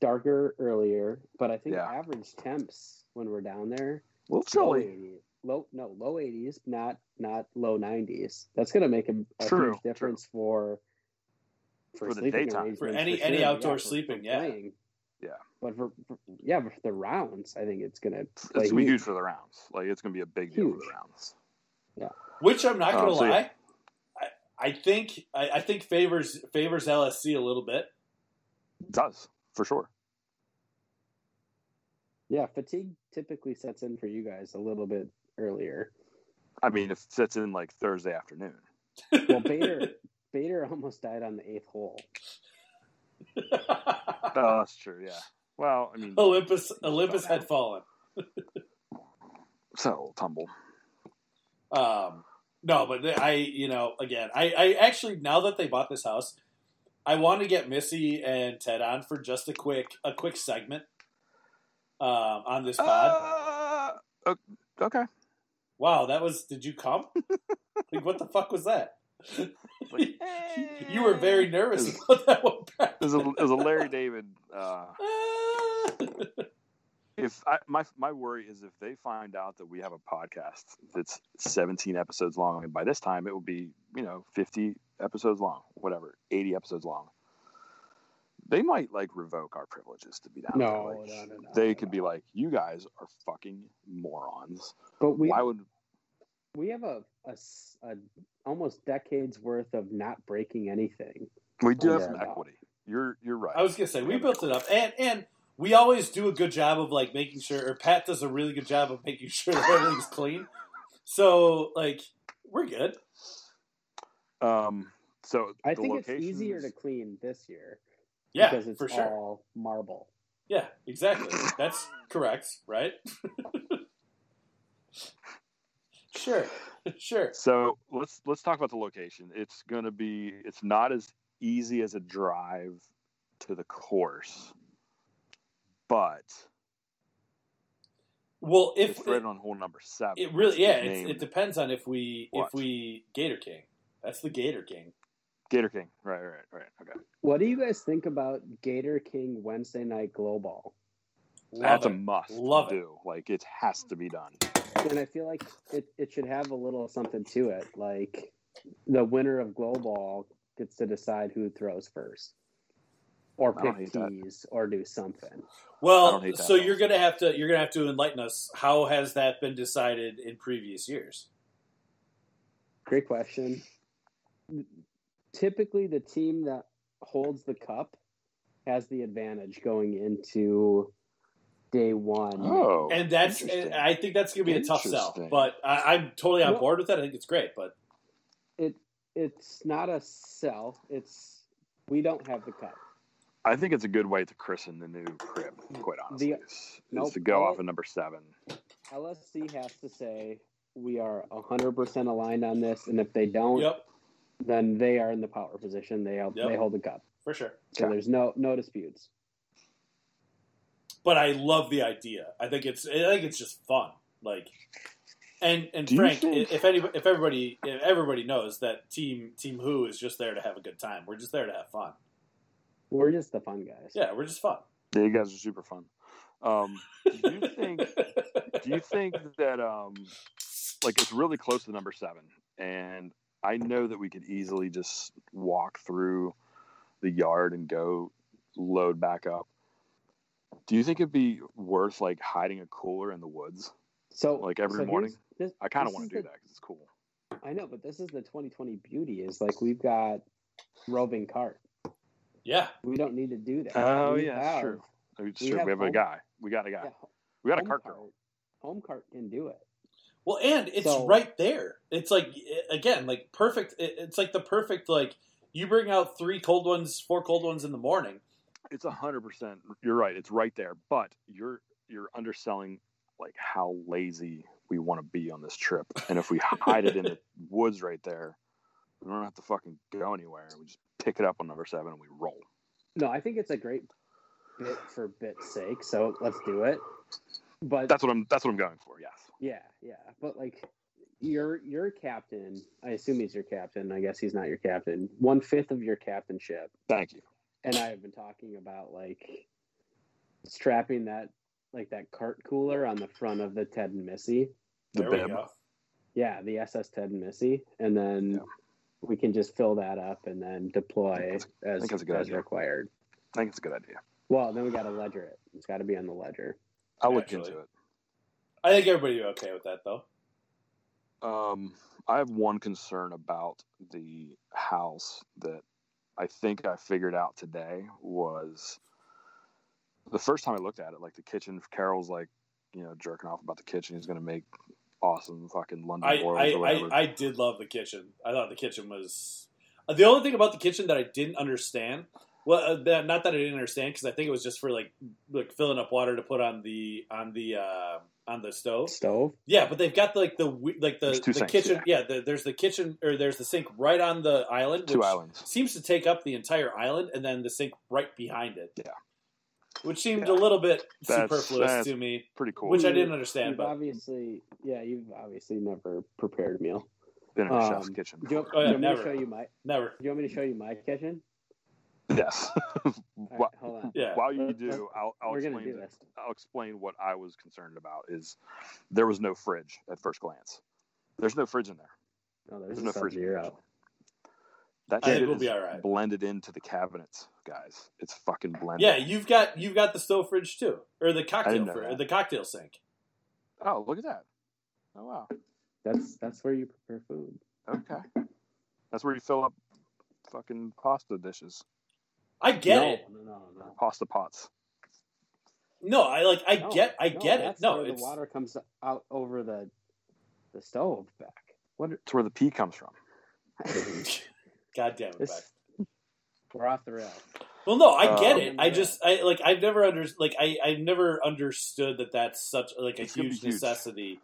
darker earlier, but I think
Yeah.
average temps when we're down there,
Well,
low
chilly.
80s, low no low 80s, not not low 90s. That's going to make a, a
True,
huge difference for
For the daytime.
arrangements
For any- any
sure.
outdoor
for- for
sleeping, yeah.
playing.
Yeah.
but for, for yeah, but for the rounds, I think it's going to
It's
play
gonna be
huge.
huge for the rounds. Like it's gonna be a big deal for the
Huge.
rounds.
Which I'm not
Um,
going to
so yeah.
lie, I, I think I, I think favors favors LSC a little bit.
It does for sure.
Yeah, fatigue typically sets in for you guys a little bit earlier.
I mean, if it sits in like Thursday afternoon,
Well, Bader Bader almost died on the eighth hole.
oh, that's true. Yeah. Well, I mean,
Olympus Olympus had fallen.
it's a little tumble.
Um, no, but they- I, you know, again, I, I actually now that they bought this house, I want to get Missy and Ted on for just a quick a quick segment um, on this pod.
Uh, o- okay.
wow, that was. Did you come? like, what the fuck was that?
Like,
You were very nervous about that one. Pat.
It was a, it was a Larry David. Uh,
Ah.
if I, my my worry is if they find out that we have a podcast that's 17 episodes long, and by this time it will be you know 50 episodes long, whatever, 80 episodes long. They might like revoke our privileges to be down there.
No,
Like,
no, no, no,
they
no,
could
no.
be like, "You guys are fucking morons."
But we
Why would
we have a, a s- a almost decades worth of not breaking anything.
we do
Oh,
have
yeah,
some
no.
equity? You're you're right.
I was gonna say we built it up, and and we always do a good job of like making sure, or Pat does a really good job of making sure that everything's clean. So like we're good.
um, so
I
the
think it's
locations-
easier to clean this year
Yeah,
because it's
for sure.
all marble.
Yeah, exactly. That's correct, right? sure, sure.
So let's let's talk about the location. It's gonna be it's not as easy as a drive to the course, but
Well, if
it's right on hole number seven.
It really, yeah.
His
It's,
name-
it depends on if we
What?
if we Gator King. That's the Gator King.
Gator King. Right, right, right. Okay,
What do you guys think about Gator King Wednesday night global?
Love
that's
it.
a must.
Love it.
do. Like it has to be done.
And I feel like it, it should have a little something to it. Like the winner of global gets to decide who throws first. Or
I don't
pick
hate that.
tees or do something.
I
well,
don't hate that
so
at all.
you're gonna have to you're gonna have to enlighten us. How has that been decided in previous years?
Great question. Typically, the team that holds the cup has the advantage going into day one.
Oh,
And that's
interesting.
and I think that's gonna be a tough sell.
Interesting.
But I, I'm totally on
Well-
board with that. I think it's great. But
It it's not a sell. It's we don't have the cup.
I think it's a good way to christen the new crib. Quite honestly,
The-
is,
Nope.
is to go off of number seven.
LSC has to say we are hundred percent aligned on this, and if they don't,
yep,
then they are in the power position. They they hold the cup.
for sure.
So
Okay.
there's no no disputes.
But I love the idea. I think it's I think it's just fun. Like, and and
Do you
Frank,
think-
if any if everybody if everybody knows that team team who is just there to have a good time. We're just there to have fun.
We're just the fun guys.
Yeah, we're just fun.
Yeah, you guys are super fun. Um, do you think? do you think that um like it's really close to number seven and i know that we could easily just walk through the yard and go load back up do you think it'd be worth like hiding a cooler in the woods
So
Like every
so
morning?
here's- this-
i kind of
this
want
is
to do
the-
that because it's cool
I know, but this is the 2020 beauty. Is like we've got roving cart.
yeah,
We don't need to do that.
Oh,
We
yeah, that's true. I mean,
We
sure,
have
we have a
home-
guy we got a guy
yeah, Oh,
we got a
home
cart girl
Home cart can do it.
Well, and it's
So-
right there. It's like i- again, like perfect. it- It's like the perfect like you bring out three cold ones, four cold ones in the morning.
it's a hundred percent you're right it's right there but you're you're underselling like how lazy we want to be on this trip and if we hide it in the woods right there we don't have to fucking go anywhere we just pick it up on number seven and we roll
No, I think it's a great bit for bit's sake. So let's do it. But
that's what i'm that's what i'm going for yes
yeah, yeah. But like your your captain, I assume he's your captain. I guess he's not your captain. One fifth of your captainship,
thank you
and I have been talking about like strapping that like that cart cooler on the front of the Ted and Missy.
the
There we
bib
go.
Yeah, the SS Ted and Missy, and then
Yeah.
we can just fill that up and then deploy as,
think that's a good
as
idea.
required.
i think it's a good idea
Well, then we got to ledger it. It's got to be on the ledger.
i'll look
Actually.
into it
I think everybody would be okay with that though.
um i have one concern about the house that i think i figured out today was the first time I looked at it, like the kitchen, Carol's like, you know, jerking off about the kitchen. He's going to make awesome fucking London
I
boils
I,
or whatever.
I I did love the kitchen. I thought the kitchen was uh, the only thing about the kitchen that I didn't understand. Well, uh, that, not that I didn't understand because I think it was just for like like filling up water to put on the on the uh, on the stove.
Stove?
Yeah, but they've got like the we- like the,
There's two
the
sinks,
kitchen. Yeah, the, there's the kitchen or there's the sink right on the island.
Two
which
islands.
seems to take up the entire island, and then the sink right behind it.
Yeah.
which seemed
Yeah.
a little bit
That's-
superfluous
that's
to me,
Pretty cool.
which I
You've-
didn't understand.
you've
But
obviously, yeah, you've obviously never prepared a meal.
Been in a chef's
um,
kitchen.
Do you,
Oh,
before.
yeah,
do you want me
never.
to show you my? Do
never.
you want me to show you my kitchen?
Yes.
All right, hold on.
Yeah.
While you do, I'll, I'll
We're gonna
explain.
do this.
I'll explain what I was concerned about. Is there was no fridge at first glance. There's no fridge in there.
No, there's,
There's
no
no fridge. in the
zero.
kitchen. That
I think
shit
we'll
is
be all right.
blended into the cabinets, guys. It's fucking blended.
Yeah, you've got you've got the stove fridge too, or the cocktail
know
fridge, or
that.
the cocktail sink.
Oh, look at that. Oh wow.
That's that's where you prepare food.
Okay. That's where you fill up fucking pasta dishes,
I get
no,
it.
No, no, no.
pasta pots.
No, I like I
No,
get I
no,
get it.
that's
No,
where
it's
the water comes out over the the stove back. What?
It's where the pee comes from.
God damn it,
This-
Beck.
We're off the rails.
Well, no, I get
Um,
it. I just I like I've never under like I I've never understood that that's such like a
It's gonna be
huge
huge.
necessity.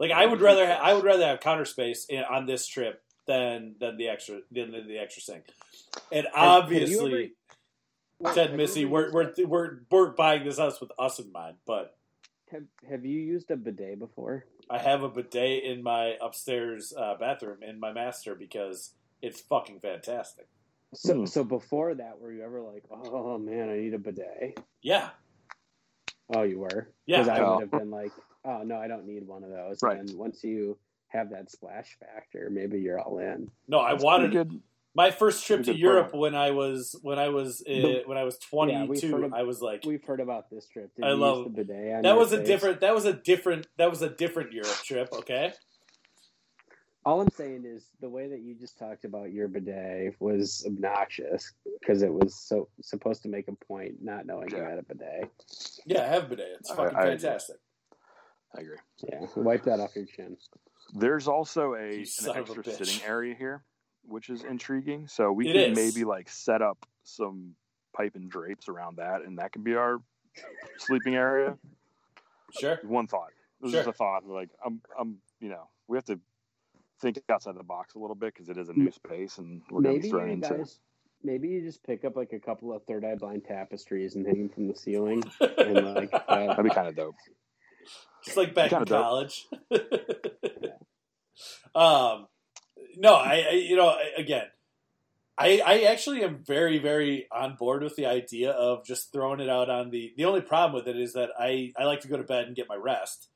Like
It's
I
gonna
would
be
rather
huge.
ha- I would rather have counter space in, on this trip than than the extra than the, the extra sink. And
Have- have you
obviously,
ever-
Ted
have
Missy,
you ever
we're
used
we're,
a-
we're we're buying this house with us in mind, but
Have, have you used a bidet before?
I have a bidet in my upstairs uh, bathroom in my master because it's fucking fantastic.
So,
Hmm.
so before that, were you ever like, oh man, I need a bidet?
Yeah,
Oh, you were.
Yeah.
'Cause I
No.
would have been like, oh no, I don't need one of those.
Right.
And once you have that splash factor, maybe you're all in.
no, I
It's
wanted
pretty good.
My first trip
Pretty
to
good
Europe
program.
when I was when I was uh, when I was
Yeah, we've
22,
heard of-
I was like
We've heard about this trip. Did
I
you
love-
use the bidet. on
that
your
was a
face?
different that was a different that was a different Europe trip, okay?
All I'm saying is the way that you just talked about your bidet was obnoxious because it was so supposed to make a point not knowing you
Yeah.
had a bidet.
Yeah, I have bidet. It's
I-
fucking
I agree.
fantastic.
I agree.
Yeah, wipe that off your chin.
There's also a
You
an
son of a
extra
bitch.
sitting area here, which is intriguing. So we
It
could
is.
maybe like set up some pipe and drapes around that, and that could be our sleeping area.
Sure.
One thought. This is
Sure.
just a thought. Like I'm, I'm, you know, we have to think outside the box a little bit because it is a new space, and we're going to
Maybe
be thrown
you
into.
guys, maybe you just pick up like a couple of third eye blind tapestries and hang them from the ceiling. And like, uh,
That'd be kind of dope.
Just like back in
Kinda dope.
college. um no, I, I you know, I- again, I, I actually am very, very on board with the idea of just throwing it out on the. The only problem with it is that I, I like to go to bed and get my rest.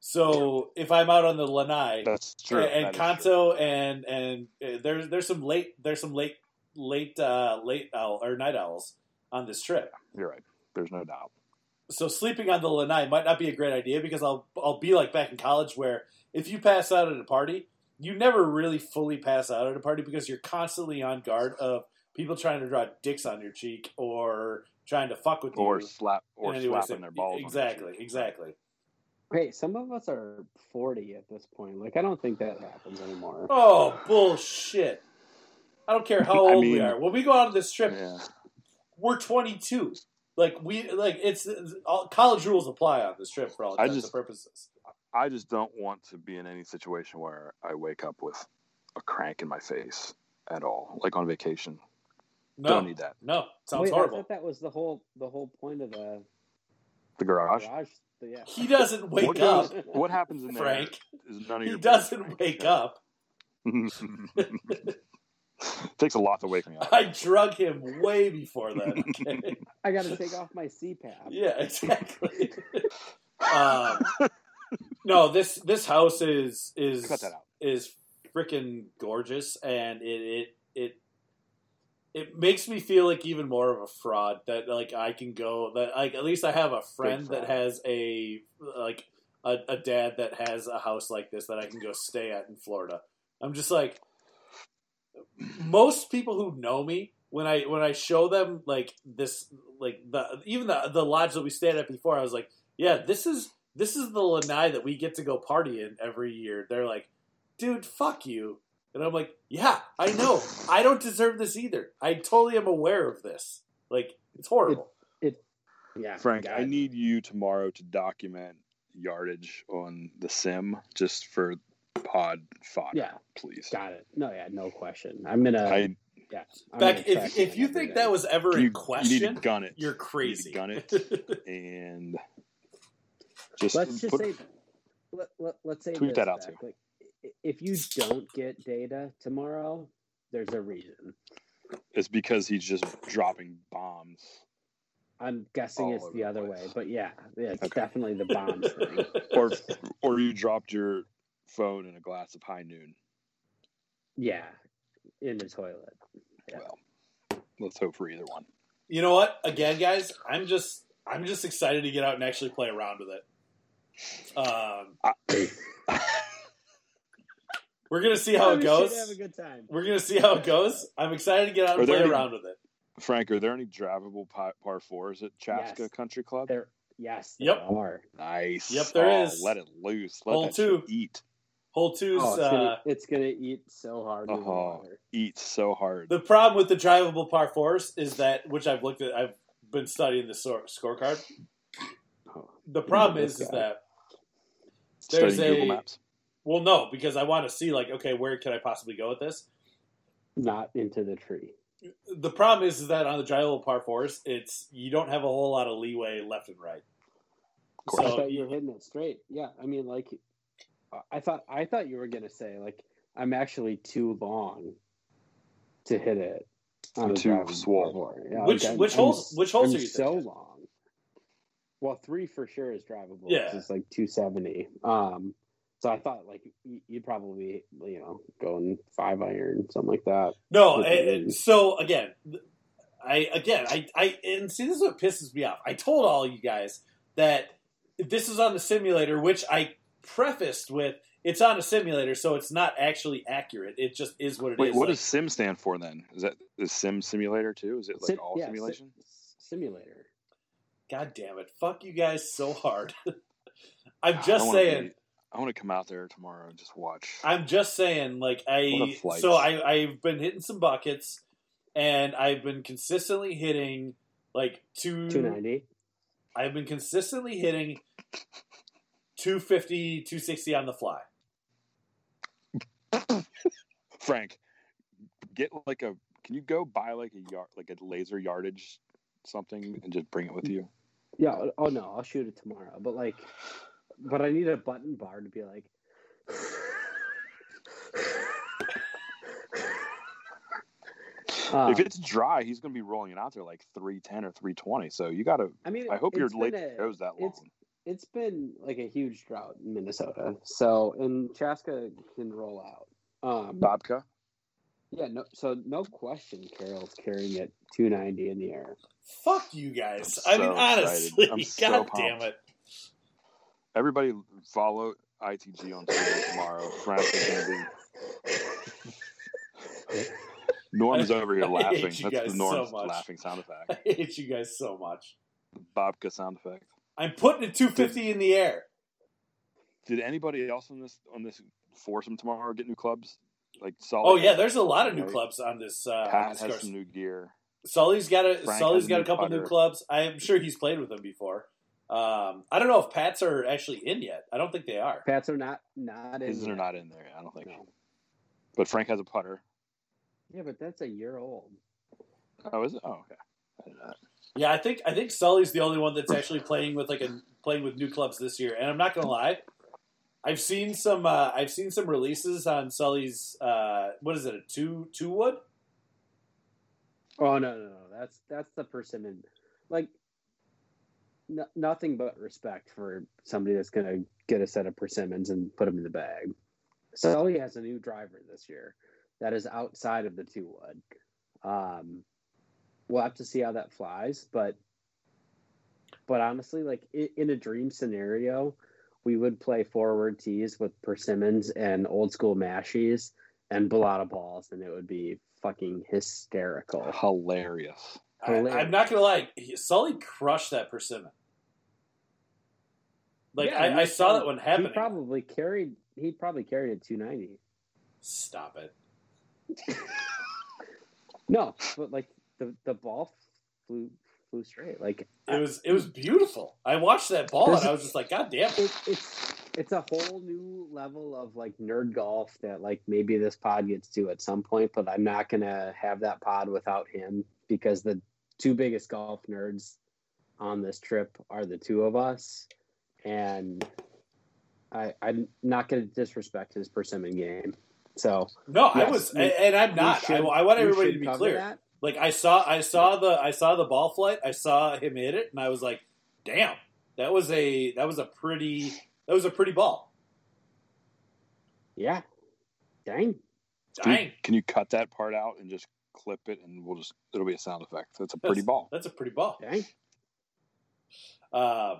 So if I'm out on the lanai,
That's true.
And,
That is true.
Kanto and and uh, there's there's some late there's some late late uh, late owl or night owls on this trip.
You're right. There's no doubt.
So sleeping on the lanai might not be a great idea because I'll I'll be like back in college where if you pass out at a party, you never really fully pass out at a party because you're constantly on guard of people trying to draw dicks on your cheek or trying to fuck with
Or
you.
slap, or
in any way,
slapping
so-
their balls. on the
Exactly,
cheek.
exactly.
hey, some of us are 40 at this point. Like, I don't think that happens anymore.
Oh bullshit! I don't care how
I
old we
mean-
are. When we go on this trip,
Yeah.
we're 22. Like we like it's, it's- all, college rules apply on this trip for all
I
intents and
just-
purposes.
I just don't want to be in any situation where I wake up with a crank in my face at all, like on vacation.
No,
Don't e need that.
no, sounds
Wait, I
horrible.
thought that was the whole the whole point of the
The garage.
garage. Yeah.
He doesn't wake
what
up,
Goes, what happens in there
Frank.
is none of
He
your
doesn't wake up.
up. Takes a lot to wake me up.
I drug him way before then. Okay?
I got to take off my CPAP.
yeah, exactly. um, no, this this house is is
Cut that out.
is freaking gorgeous, and it it it it makes me feel like even more of a fraud that like I can go that like at least I have a friend that
fraud.
has a like a, a dad that has a house like this that I can go stay at in Florida. I'm just like most people who know me when I when I show them like this like the even the the lodge that we stayed at before I was like yeah this is this is the lanai that we get to go party in every year they're like dude fuck you and I'm like yeah I know I don't deserve this either I totally am aware of this like it's horrible
Yeah,
Frank,
God.
I need you tomorrow to document yardage on the sim just for pod fodder,
Yeah,
please.
got it. No, yeah, no question. I'm gonna.
I
yeah, I'm
Beck
gonna
if
track
if
that
you
every
think
day.
that was ever
you,
a question
you need to gun it.
you're
You need
crazy
to gun it and just,
let's just
put,
say, let, let, let's say
Tweet
this,
that out
Beck,
too.
Like, i- if you don't get data tomorrow, there's a reason.
It's because he's just dropping bombs.
I'm guessing
All
it's
over
the
the
other way,
place.
but yeah, yeah, it's
Okay.
definitely the bombs thing.
Or or you dropped your phone in a glass of high noon.
Yeah, in the toilet. Yeah.
Well, let's hope for either one.
You know what? Again, guys, I'm just I'm just excited to get out and actually play around with it. Um, we're gonna see how it
We should Have a
goes.
good time.
We're gonna see how it goes. I'm excited to get out
Are
and
there
play
any-
around with it.
Frank, are there any drivable pi- par fours at Chaska
Yes.
Country Club?
There, yes,
Yep.
there are.
Nice.
Yep, there
Oh,
is.
Let it loose. Let
Hole
that
two.
shit eat.
Hole two's
Oh, it's,
uh,
gonna, it's gonna eat so hard. in the
Oh.
water.
Eat so hard.
the problem with the drivable par fours is that which I've looked at. I've been studying the sor- scorecard.
Oh.
The problem is,
this
is
guy.
that
Study
there's a-
Google Maps.
well, no, because I want to see like okay, where could I possibly go with this?
Not into the tree.
the problem is, is that on the drivable par fours, it's you don't have a whole lot of leeway left and right.
Of course.
I
So-
thought you were hitting it straight. Yeah, I mean, like, I thought I thought you were gonna say like I'm actually too long to hit it. on a
Too
driving
swole.
ball. Yeah,
Which-
I'm-
which
I'm
holes-
s-
which holes
I'm
are you
so
thinking?
long? Well, three for sure is drivable. 'cause
Yeah.
it's like 270. Um, so I thought like y- you'd probably you know going five iron something like that.
No,
Mhm.
and- and so again, I again, I, I and see this is what pisses me off. I told all you guys that this is on the simulator, which I prefaced with it's on a simulator, so it's not actually accurate. It just is what it is.
Wait, what
Like,
does SIM stand for then? Is that the SIM simulator too? Is it like
Sim-
all
yeah, si-
simulation?
simulator.
God damn it! Fuck you guys so hard. I'm
I
just
wanna be-
saying.
I want to come out there tomorrow and just watch.
I'm just saying, like
What a
I
flight.
so I I've been hitting some buckets, and I've been consistently hitting like two.
290.
I've been consistently hitting 250, 260 on the fly.
Frank, get like a. Can you go buy like a yard, like a laser yardage something, and just bring it with you?
Yeah. oh- Oh no, I'll shoot it tomorrow. But like, but I need a button bar to be like. Um,
Uh.
Uh,
if it's dry, he's gonna be rolling it out there like three ten or three twenty. So you gotta.
I mean,
I hope your
it's been
late
a-
goes that long.
it's- It's been like a huge drought in Minnesota, so and Chaska can roll out. Um,
Babka.
yeah, no, so no question, Carroll's carrying it 290 in the air.
Fuck you guys!
I'm
I mean,
so
honestly,
excited. I'm
god
so
damn
pumped.
it!
Everybody follow ITG on Twitter tomorrow. Frank is gonna be- Norm's over here
I hate
laughing.
you
That's
guys
the
so
Norm's
much.
laughing sound
I
effect.
hate you guys so much.
Babka sound effect.
I'm putting a 250 in the air.
Did anybody else on this on this foursome tomorrow get new clubs? Like solid.
Oh yeah, there's a lot of new
Right.
clubs on this. Uh, on
Pat
this
has
course.
some new gear.
Sully's got a
Frank
Sully's
has a
got a
new
couple new
putter.
clubs. I'm sure he's played with them before. Um, I don't know if Pats are actually in yet. I don't think they are.
Pats are not not in.
His are
yet.
not in there. I don't think.
No.
But Frank has a putter.
Yeah, but that's a year old.
Oh, is it? Oh, okay. I didn't know that.
Yeah, I think I think Sully's the only one that's actually playing with like a playing with new clubs this year. And I'm not gonna lie, I've seen some uh, I've seen some releases on Sully's uh, what is it a two two wood?
Oh no, no, no. That's that's the persimmon. Like, no, nothing but respect for somebody that's gonna get a set of persimmons and put them in the bag. Sully has a new driver this year that is outside of the two wood. Um, we'll have to see how that flies, but but honestly, like i in a dream scenario, we would play forward tees with persimmons and old school mashies and balata balls, and it would be fucking hysterical.
Hilarious.
I,
Hilarious.
I'm not gonna lie, he- Sully crushed that persimmon. Like
Yeah,
I, I
he
saw
prob-
that one
He
happening.
probably carried. He probably carried it 290.
Stop it.
No, but like the the ball flew flew straight. Like
It was it was beautiful. I watched that ball and I was just like, God damn it.
it, it's it's a whole new level of like nerd golf that like maybe this pod gets to at some point. But I'm not gonna have that pod without him because the two biggest golf nerds on this trip are the two of us, and I I'm not gonna disrespect his persimmon game. So
No, I
Yes,
was,
we-
and I'm not.
should-
I, I want
we
everybody
should
to be
cover
clear.
that.
Like I saw, I saw the, I saw the ball flight. I saw him hit it, and I was like, "Damn, that was a, that was a pretty, that was a pretty ball."
Yeah. Dang.
Can you,
Dang,
can you cut that part out and just clip it, and we'll just it'll be a sound effect. That's a pretty
That's-
ball.
That's a pretty ball.
Dang.
Uh,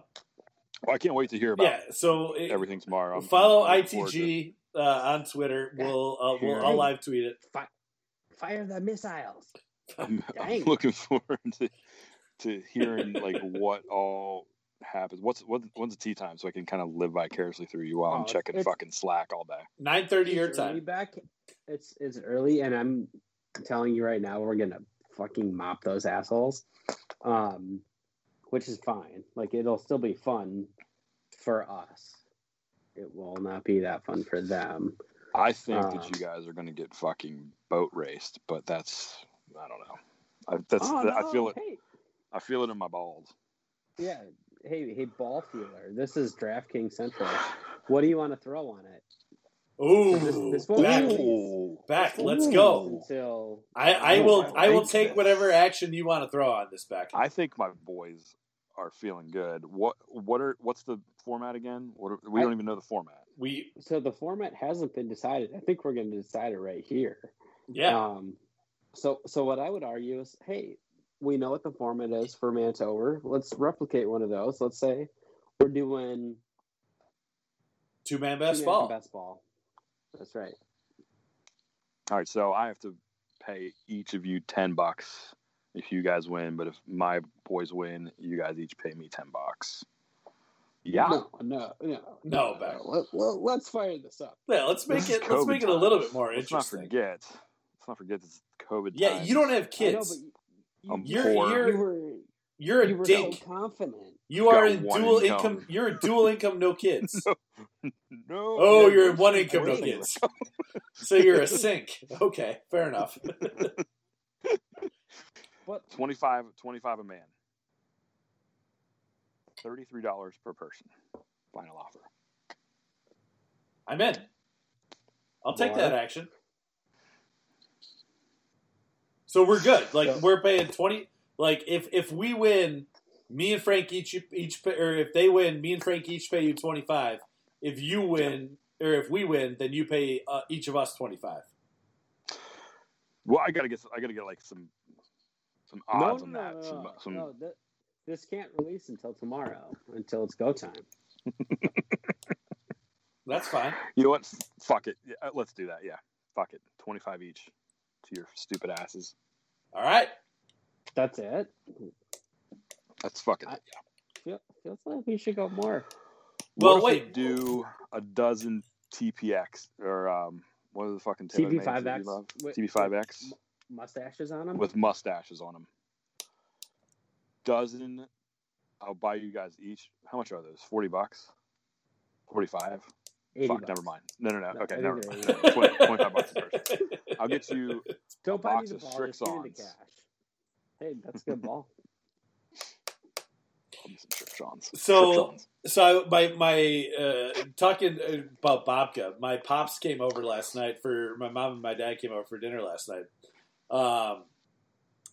Well, I can't wait to hear about
yeah. So it,
everything tomorrow. I'm-
follow
I'm looking forward to it.
ITG uh, on Twitter. We'll, uh, we'll,
Yeah.
I'll live tweet it.
Fi- fire the missiles.
I'm, I'm
Dang.
looking forward to, to hearing like what all happens. What's what, when's the tea time so I can kind of live vicariously through you while I'm
Oh,
checking
it's-
fucking Slack all day.
Nine thirty your
It's early
time.
Back. It's it's early, and I'm telling you right now, we're gonna fucking mop those assholes. Um, which is fine. Like it'll still be fun for us. It will not be that fun for them.
I think that
Um,
you guys are going to get fucking boat raced, but that's I don't know. I, that's
Oh,
I
no,
feel it.
Hey,
I feel it in my balls.
yeah. Hey, hey, ball feeler. This is DraftKings Central. What do you want to throw on it?
Ooh,
This- this won't
back,
be-
back. Let's
Ooh.
go.
Until
I, I will, I will
like
take
this.
whatever action you want to throw on this back.
I think my boys are feeling good. What what are what's the format again? What are, we
I-
don't even know the format.
We,
so the format hasn't been decided. I think we're going to decide it right here.
yeah.
Um, so, so what I would argue is, hey, we know what the format is for Mantover. Let's replicate one of those. Let's say we're doing
Two man best
American
ball.
Best ball. That's right.
All right, so I have to pay each of you ten bucks if you guys win, but if my boys win, you guys each pay me ten bucks. Yeah,
No, no, no,
No, Beck.
Let, let, let's fire this up.
Yeah, let's make
This is
it. Let's
COVID
make it a
times.
little bit more
let's not
interesting.
forget. Let's not forget this COVID.
Yeah,
times.
you don't have
I know,
kids.
but
I'm
you,
You're-
poor.
you're-
you were
You're a
you were
dink.
so confident.
you are
got
in
one
dual
income.
income. You're a dual income, no kids.
no.
Oh,
no,
you're in
no,
one income, no
wait.
kids. So you're a sink. Okay, fair enough.
But
25, 25 a man. Thirty-three dollars per person. Final offer.
I'm in. I'll take
More.
that action. So we're good. Like
So-
we're paying twenty. Like if if we win, me and Frank each each pay, or if they win, me and Frank each pay you twenty five. If you win or if we win, then you pay uh, each of us twenty five.
Well, I gotta get. I gotta get like some some odds on that. some, some,
no, th- this can't release until tomorrow, until it's go time.
That's fine.
You know what? Fuck it. Yeah, uh, let's do that. Yeah. Fuck it. Twenty five each to your stupid asses.
All right.
That's it.
That's fucking.
I- Feel, feels like we should go more.
Well,
What if
wait.
they do a dozen TPX or um, what are the fucking Taylor made that you
TP5X.
love?
with-
TP5X
with Mustaches on them.
with mustaches on them. Dozen. I'll buy you guys each. How much are those? Forty bucks. Forty five. Fuck. Never mind. No, no, no.
No,
okay,
I
never
think
mind.
they're-
20, 25 bucks a person. I'll get you
Don't buy me
box
the
of
ball. Just give me the
Strixons.
cash. Hey, that's a good ball.
I'll get some Strixons.
So-
Strixons.
So I, my my uh, talking about babka. My pops came over last night for my mom and my dad came over for dinner last night, um,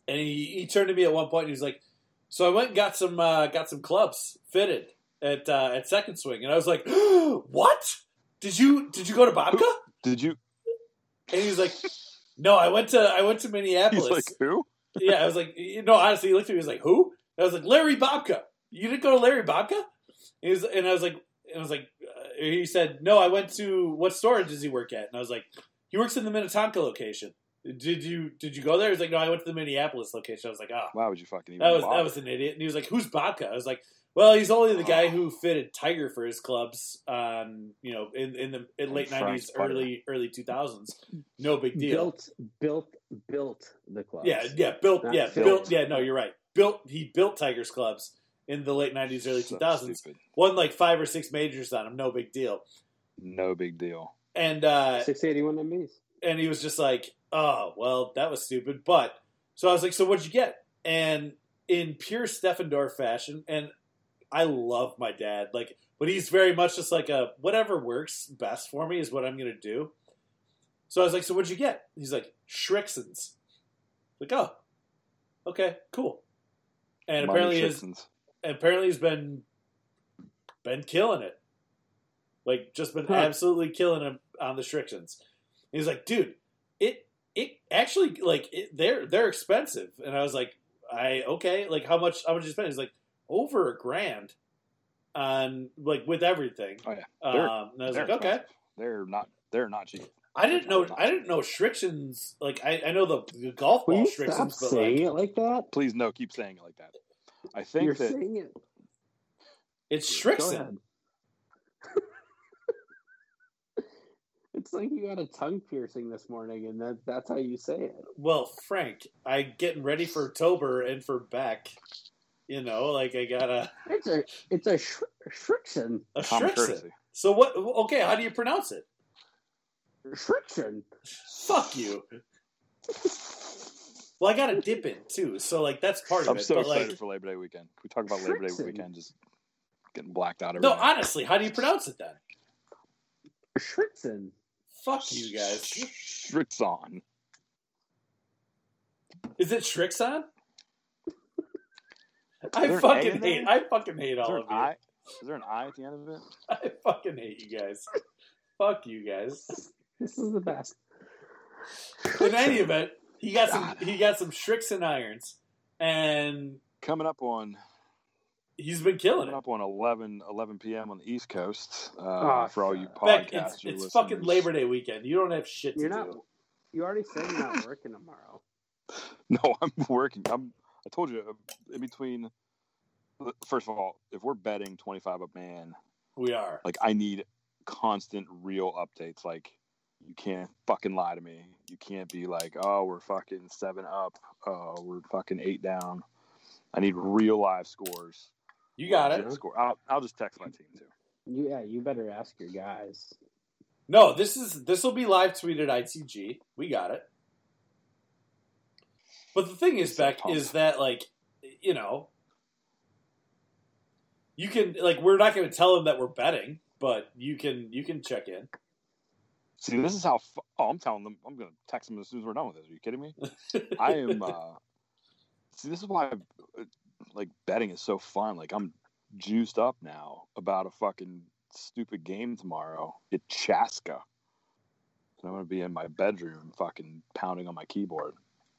and he, he turned to me at one point and he was like, "So I went and got some uh, got some clubs fitted at uh, at Second Swing," and I was like, "What? Did you did you go to babka?"
Did you?
And he was like, "No, I went to I went to
He's
Minneapolis."
like who?
yeah, I was like, you know, honestly, he looked at me. He was like, "Who?" And I was like, "Larry Bobka." You didn't go to Larry Bobka? And, he was, and I was like, and I was like, uh, he said, "No, I went to what storage does he work at?" And I was like, "He works in the Minnetonka location." Did you did you go there? He's like, "No, I went to the Minneapolis location." I was like, "Ah,
Why would you fucking even?
that was
bother?
that was an idiot." And he was like, "Who's Bobka?" I was like, "Well, he's only the guy who fitted Tiger for his clubs on you know in in the in late
Frank
nineties,
Potter.
early early two thousands. No big deal."
Built, built, built the club.
Yeah, yeah, built,
Not
yeah,
built.
built, yeah. No, you're right. Built. He built Tigers clubs in the late '90s, early
So
2000s.
stupid.
Won like five or six majors on him. No big deal.
No big deal.
And uh,
Six eighty one MBs.
and he was just like, "Oh, well, that was stupid." But so I was like, "So what'd you get?" And in pure Steffendorf fashion, and I love my dad, like, but he's very much just like a whatever works best for me is what I'm gonna do. So I was like, "So what'd you get?" He's like, "Shrixons." Like, oh, Okay, cool. And
Monty
apparently his
Chickson's.
apparently he's been been killing it. Like just been
Huh.
absolutely killing him on the Strictions. He's like, dude, it it actually like it, they're they're expensive. And I was like, I okay, like how much how much you spend? He's like, over a grand on like with everything.
Oh, yeah. They're-
Um, and I was
They're
like, okay.
expensive. They're not. They're not cheap.
I didn't know. I didn't know Strictions. Like I, I know the, the golf
Will
ball
you stop
Strictions, but like,
saying it like that?
Please no. Keep saying it like that. I think
You're
that
saying it.
it's
Go
Strixon.
ahead. it's like you had a tongue piercing this morning, and that, that's how you say it.
Well, Frank, I getting ready for Tober and for Beck. You know, like I got a
It's a it's a sh- shriction.
a
Tom
Strixon.
Courtesy.
So what? Okay, how do you pronounce it?
Shriction.
Fuck you. Well, I got a dip in too, so like that's part of
I'm
it.
so
but
excited
like,
for Labor Day weekend. Can we talk about Labor Day
Frickson.
weekend just getting blacked out. Every
no,
night?
honestly, how do you pronounce it then?
Shriction.
Fuck you guys.
Strixon.
Is it Strixon?
Is there
I
an A
fucking
in there?
hate. I fucking hate
Is
all
there
of
an
you.
I? Is there an I at the end of it?
I fucking hate you guys. Fuck you guys.
This is the best.
In any event, he got some he got some tricks and irons, and
Coming up on
he's been killing
coming
it.
up on 11, 11 p.m. on the East Coast. Uh,
Oh,
for all you
Beck,
podcasts,
it's,
your
it's fucking
listeners.
Labor Day weekend. You don't have shit to
You're not.
do.
You already said you're not working tomorrow.
No, I'm working. I'm. I told you uh, in between. uh, First of all, if we're betting twenty five a man,
We are.
like I need constant real updates. Like you can't fucking lie to me. You can't be like, oh, we're fucking seven up. Oh, we're fucking eight down. I need real live scores.
You got
Legit
it.
Score. I'll, I'll just text my team too.
You, yeah, you better ask your guys.
No, this is this will be live tweeted ITG. We got it. But the thing is,
So
Beck,
pumped.
is that like you know you can like we're not going to tell him that we're betting, but you can you can check in.
See, this is how. Fu- oh, I'm telling them. I'm gonna text them as soon as we're done with this. Are you kidding me? I am. uh See, this is why, uh, like, betting is so fun. Like, I'm juiced up now about a fucking stupid game tomorrow at Chaska. And I'm gonna be in my bedroom, fucking pounding on my keyboard.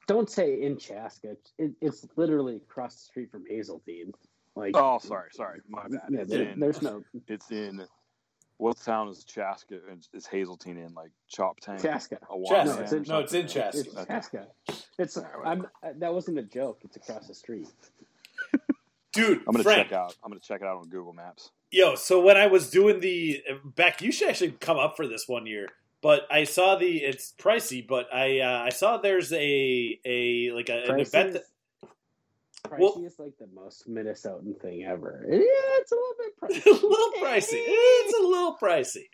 Don't say in Chaska. It, it's literally across the street from Hazeltine. Like,
Oh, sorry, sorry, my bad.
Yeah,
It's
there-
in-
there's no
It's in. What town is Chaska? Is Hazeltine in like Chop Tank?
Chaska.
Awash
No, it's in-
or
no, it's in
something?
Chaska.
It's Chaska. It's
All right,
I'm, uh, that wasn't a joke. It's across the street.
Dude,
I'm gonna
Frank,
check out. I'm gonna check it out on Google Maps.
Yo, so when I was doing the Beck, you should actually come up for this one year. But I saw the it's pricey, but I uh, I saw there's a a like a, an event. That,
pricey
Well-
is like the most Minnesotan thing ever. Yeah, it's a little bit
a
pricey.
little pricey. It's a little pricey.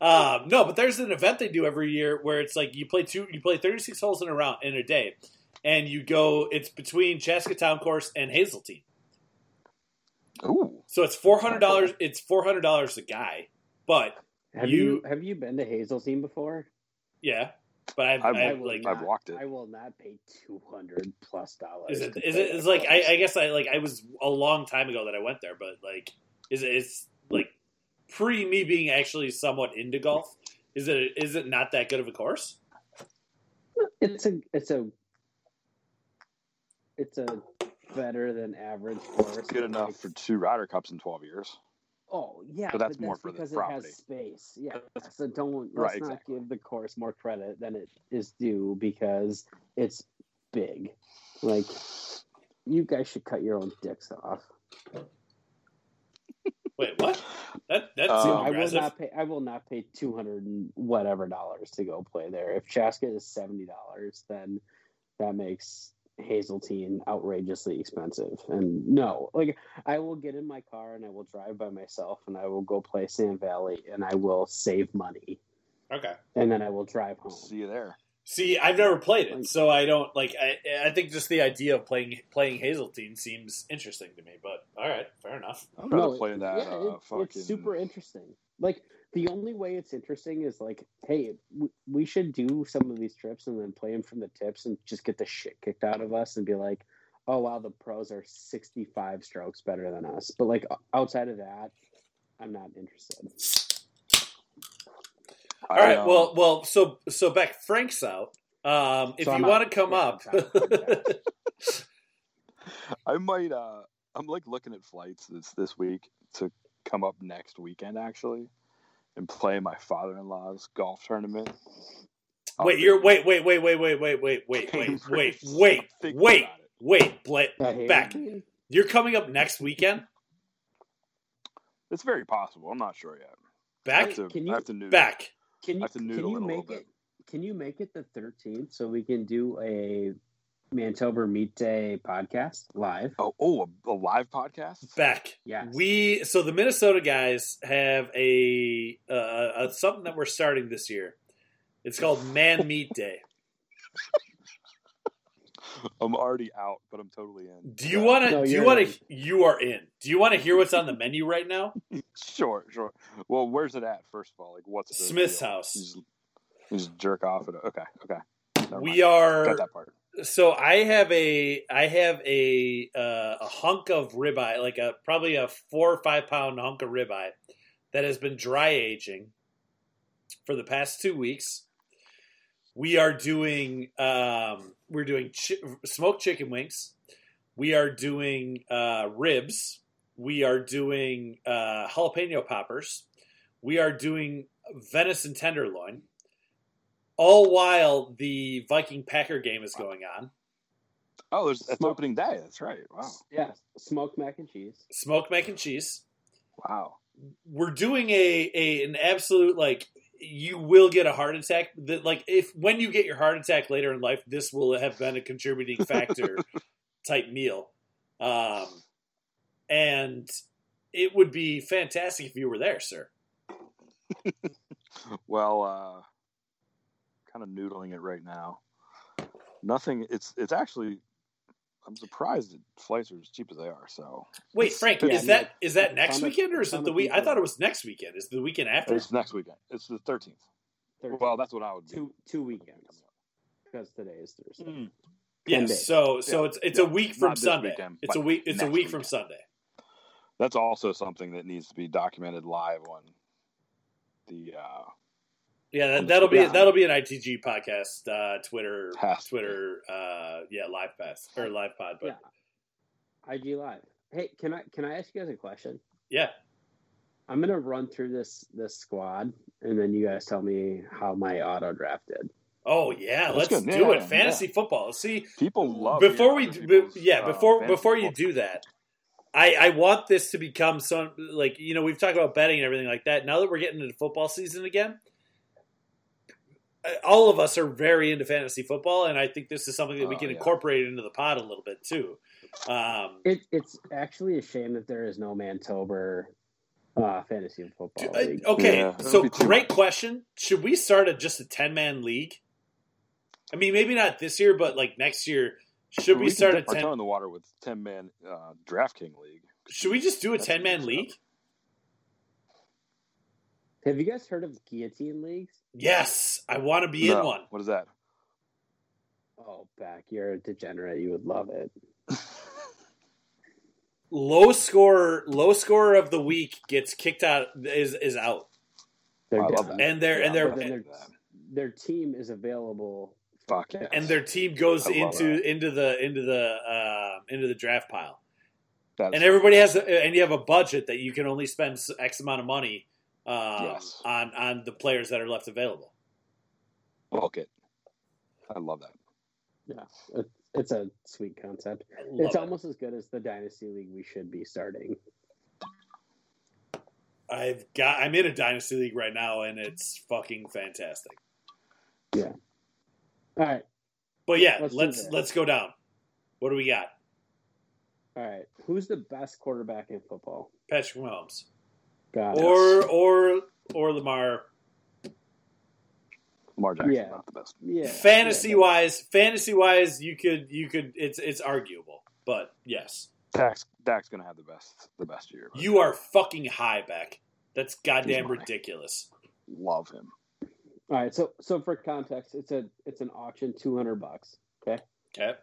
Um, no, but there's an event they do every year where it's like you play two, you play 36 holes in a round in a day, and you go. It's between Chaska Town Course and Hazeltine,
Ooh.
so it's four hundred dollars. It's four hundred dollars a guy, but
Have
You-
you, have you been to Hazeltine before?
yeah, but I,
I've-
I,
will
like
I've walked it.
I will not pay two hundred plus dollars.
Is it?
to
Is
play
it?
that
It's like I, I
course.
guess I like I was a long time ago that I went there, but like, is it? It's like pre me being actually somewhat into golf. Is it? Is it not that good of a course?
It's a it's a it's a better than average course.
good enough
Like,
for two Ryder Cups in 12 years.
Oh yeah,
But that's more for the
because
property.
It has space. Yeah, so don't
Right,
let's not
exactly.
give the course more credit than it is due because it's big. Like you guys should cut your own dicks off.
Wait, what? That that
Um,
seemed
I will
aggressive.
not pay. I will not pay two hundred and whatever dollars to go play there. If Chaska is seventy dollars, then that makes Hazeltine outrageously expensive. And no, like I will get in my car and I will drive by myself and I will go play Sand Valley and I will save money
Okay.
and then I will drive home.
See you there.
See, I've never played
Like-
it, so I don't like. I I think just the idea of playing playing Hazeltine seems interesting to me. But all right, fair enough.
I'd rather
it-
play that
yeah,
uh,
it-
fucking.
it's super interesting. Like the only way it's interesting is like, hey, w- we should do some of these trips and then play them from the tips and just get the shit kicked out of us and be like, oh wow, the pros are 65 strokes better than us. But like outside of that, I'm not interested.
All right.
um,
um,
well, well. So, so Beck, Frank's out. Um, if
So I'm
you
out.
want to come
Yeah,
up,
I'm out.
I might. Uh, I'm like looking at flights this this week to come up next weekend actually, and play my father-in-law's golf tournament.
wait, you're wait, wait, wait, wait, wait, wait, wait, wait, wait,
Cambridge.
wait, wait,
Think
wait,
about it.
wait, Bla-
I hate
Back.
it.
You're coming up next weekend.
It's very possible. I'm not sure yet. I
Back,
have to,
Can you-
I have to noodle.
back.
I
Can you,
have to
can
noodle
you
it a little
make
bit.
it? Can you make it the 13th so we can do a Mantober Meat Day podcast live?
Oh, oh, a, a live podcast.
Back.
Yeah.
We so the Minnesota guys have a, uh, a something that we're starting this year. It's called Man Meat Day.
I'm already out, but I'm totally in.
Do you
Yeah.
want to?
No,
do you
you're
want
in.
to? You are in. Do you want to hear what's on the menu right now?
Sure, sure. Well, where's it at? First of all, like what's the
Smith's
deal?
house.
You Just, you just jerk off at. a- Okay, okay. Never
We
mind.
are.
got that part.
so I have a I have a uh, a hunk of ribeye, like a probably a four or five pound hunk of ribeye that has been dry aging for the past two weeks. We are doing um, we're doing chi- smoked chicken wings. We are doing uh, ribs. We are doing uh, jalapeno poppers. We are doing venison tenderloin. All while the Viking Packer game is going on.
Oh, there's that's
Small-
opening day. That's right. Wow,
Yeah. Smoked mac and cheese.
smoked mac and cheese.
wow.
We're doing a, a an absolute like you will get a heart attack. That like if when you get your heart attack later in life, this will have been a contributing factor type meal. Um, and it would be fantastic if you were there, sir.
Well, uh, kind of noodling it right now. Nothing. It's it's actually. I'm surprised that flights are as cheap as they are. So
Wait, Frank,
Yeah,
is
no,
that is that
a
next
ton of-
weekend or is
ton
it the
of
week? I
people.
thought it was next weekend. Is it the weekend after?
it's next weekend. It's the 13th.
13th.
Well, that's what I would do.
two two weekends because today is Thursday.
Hmm.
Hmm.
ten
Yes.
days.
So so it's it's a
Yeah,
week
not
from
this
Sunday.
weekend,
It's a
but
week. It's a
next
week from
weekend.
Sunday.
That's also something that needs to be documented live on the uh,
Yeah, that, that'll be
Yeah.
that'll be an ITG podcast, uh, Twitter,
Has to
Twitter, uh, yeah, live pass or live pod, but
IG Live. Hey, can I can I ask you guys a question?
yeah,
I'm gonna run through this this squad, and then you guys tell me how my auto draft did.
oh yeah,
That's
let's
good.
do
Yeah,
it.
yeah. Oh,
Fantasy football. See,
people love
before
hearing
we,
other
be,
people's,
yeah,
uh,
before
fantasy
before you
football.
do that, I I want this to become some like you know we've talked about betting and everything like that. Now that we're getting into football season again, uh, all of us are very into fantasy football, and I think this is something that we
Oh,
can
yeah.
incorporate into the pod a little bit too. Um,
It, it's actually a shame that there is no Mantober uh, fantasy football
Uh,
league.
okay,
Yeah, that'd
so
be too
great
much.
question. Should we start at just a ten man league? I mean, maybe not this year, but like next year, should we,
can
start a
dip our toe
ten?
in the water with ten man uh, DraftKings league?
Should we just do a
That's what
ten man
we're
league?
Have you guys heard of guillotine leagues?
Yes, I want to be in
No.
one.
What is that?
Oh, back you're a degenerate. You would love it.
Low scorer, low scorer of the week gets kicked out. Is is out,
They're
I love
down.
and their and
Yeah,
their
but
then
and,
they're- Their team is available.
Fuck yeah.
their team goes
I love
into
that.
into the into the uh, into the draft pile.
That's-
and everybody has a, and you have a budget that you can only spend s- x amount of money um,
Yes.
on on the players that are left available
fuck it. I love that.
It's, it's a sweet concept.
I love
it's
it.
almost as good as the dynasty league we should be starting.
i've got i'm in a dynasty league right now and it's fucking fantastic
All right,
but yeah
Let's
let's
do
let's,
that.
go down what do we got
all right. Who's the best quarterback in football?
patrick mahomes
Got it.
or or or lamar
Lamar Jackson's
Yeah.
not the best.
yeah,
fantasy
yeah,
wise fantasy wise you could you could it's it's arguable but yes
Dak's Dak's gonna have the best the best year. but
you are fucking high back that's goddamn
mine.
ridiculous
love him.
All right, so so for context, it's a it's an auction, two hundred bucks.
okay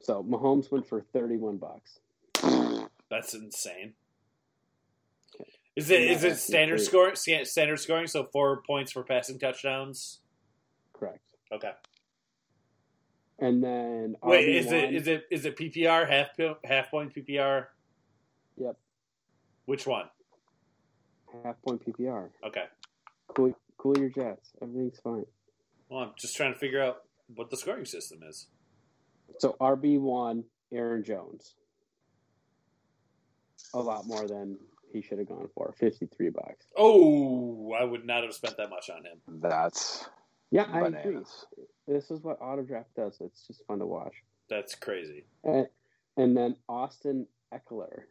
So Mahomes went for 31 bucks.
That's insane. Is it is it standard score scan- standard scoring? So four points for passing touchdowns.
Correct.
Okay.
And then
Wait, is
RB1,
it is it is it PPR half po- half point PPR?
Yep.
Which one?
half point PPR?
Okay.
Cool, cool your jets. Everything's fine.
Well, I'm just trying to figure out what the scoring system is.
So RB one, Aaron Jones. A lot more than he should have gone for. Fifty three bucks.
Oh, I would not have spent that much on him.
That's
Yeah, I
uh,
agree.
bananas.
This is what auto draft does. It's just fun to watch.
That's crazy.
And, and then Austin Eckler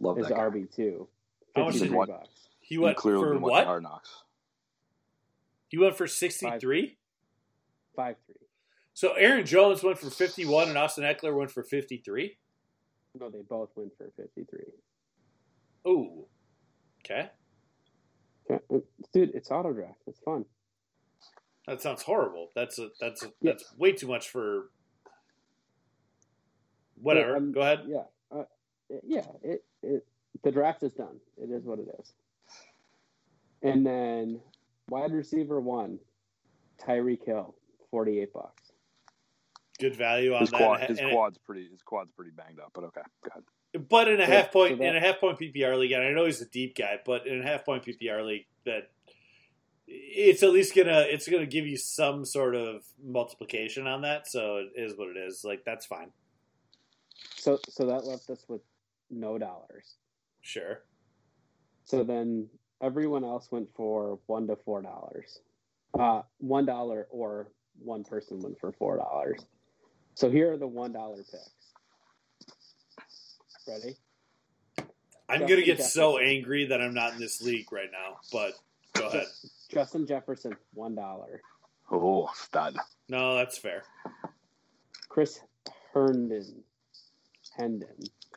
Love
is
that guy.
RB two.
How much
did
Fifty
he-
three bucks.
He
He
went
clearly
for
been watching
what?
Hard Knocks.
He went for 63.
Five three.
So Aaron Jones went for 51 and Austin Eckler went for 53.
No, they both went for fifty three.
Oh, okay.
Dude, it's auto draft. It's fun.
That sounds horrible. That's a, that's a,
Yeah.
that's way too much for whatever.
Yeah, um,
Go ahead.
Yeah, uh, yeah. It, it the draft is done. It is what it is. And then wide receiver one, Tyreek Hill, forty eight bucks.
Good value on
His
that.
quad,
And-
his
and-
quad's pretty. His quad's pretty banged up. But okay, go ahead.
But in a
Yeah,
half point
so that-
in a half point PPR league, and I know he's a deep guy, but in a half point PPR league, that it's at least gonna it's gonna give you some sort of multiplication on that. So it is what it is. Like that's fine.
So so that left us with no dollars.
Sure.
So then everyone else went for one to four dollars, uh, one dollar or one person went for four dollars. So here are the one dollar picks. Ready?
I'm
Justin
gonna get so
Jefferson.
angry that I'm not in this league right now. But go ahead.
Justin Jefferson, one dollar.
Oh, stud.
No, that's fair.
Chris Herndon. Hendon.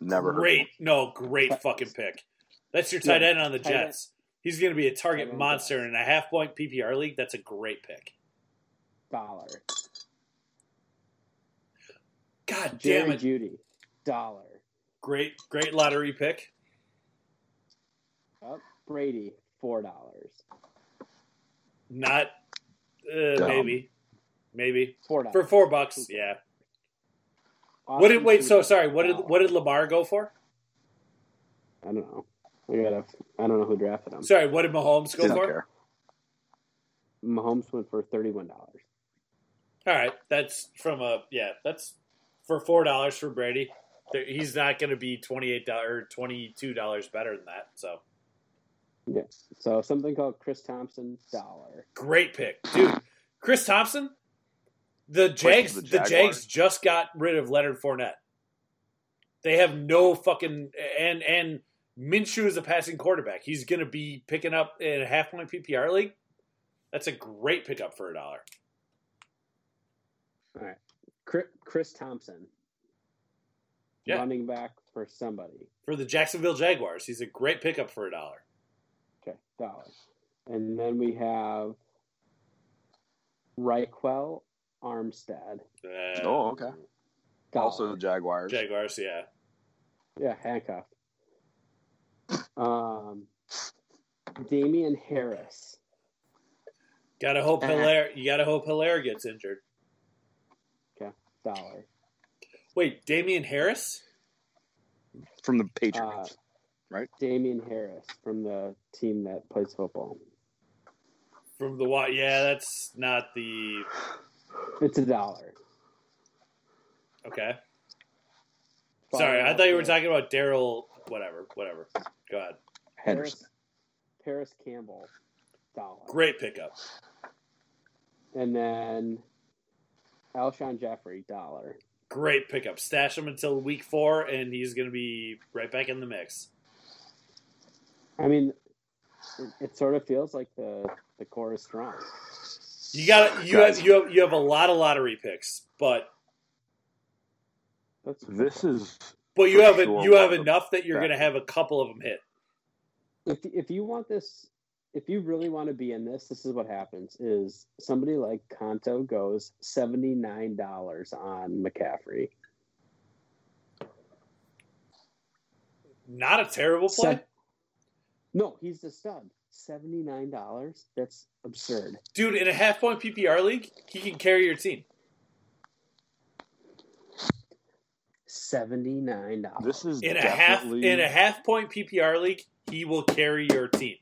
Never heard.
Great. No, great fucking pick. That's your tight
Yeah,
end on the
tight end.
Jets. He's gonna be a
Tight
target
end
monster
guy.
in a half point PPR league. That's a great pick.
Dollar.
God damn
Jerry
it.
Judy. Dollar.
Great, great lottery pick.
Up. Brady. Four dollars.
Not uh,
Dumb.
maybe, maybe
Four dollars.
for four bucks. Yeah. What did wait? So sorry. What did what did Lamar go for?
I don't know. I gotta. I don't know who drafted him.
Sorry. What did Mahomes go
Didn't
for?
care.
Mahomes went for thirty-one dollars.
All right. That's from a yeah. That's for four dollars for Brady. There- He's not going to be twenty eight dollars or twenty two dollars better than that. So
Yeah. So something called Chris Thompson. Dollar.
great pick, dude. Chris Thompson. The Jags.
the
the Jags
Jaguars.
just got rid of Leonard Fournette. They have no fucking and and Minshew is a passing quarterback. He's going to be picking up in a half point PPR league. That's a great pickup for a dollar.
Chris, Chris Thompson.
Yeah.
Running back for somebody.
For the Jacksonville Jaguars, he's a great pickup for a dollar.
Okay. Dollar. And then we have Reichwell Armstead.
Uh,
Oh, okay.
Dollar.
Also the Jaguars.
Jaguars, yeah.
Yeah, handcuff. Um, Damian Harris,
Gotta hope Hilaire. You gotta hope Hilaire gets injured.
dollar.
Wait, Damian Harris?
From the
Uh,
Patriots.
Damian Harris from the team that plays football.
From the Wa yeah, that's not the
It's a dollar.
okay. Sorry, I thought you were talking about Daryl. Whatever, whatever. Go ahead.
Henderson.
Paris Campbell, dollar.
Great pickup.
And then Alshon Jeffrey, dollar.
Great pickup. Stash him until week four, and he's going to be right back in the mix.
I mean, it, it sort of feels like the the core is strong.
You got you have you have you have a lot of lottery picks, but
That's
This is
but you
For
have a,
sure,
you have
one of
enough that you're
them.
going to have a couple of them hit.
if if you want this if you really want to be in this, this is what happens: is somebody like Kanto goes seventy nine dollars on McCaffrey.
Not a terrible play.
Se- no, he's the stud. Seventy nine dollars. That's absurd.
Dude, in a half point PPR league, he can carry your team.
Seventy nine dollars.
This is
In a half
definitely,
in a half point PPR league, he will carry your team.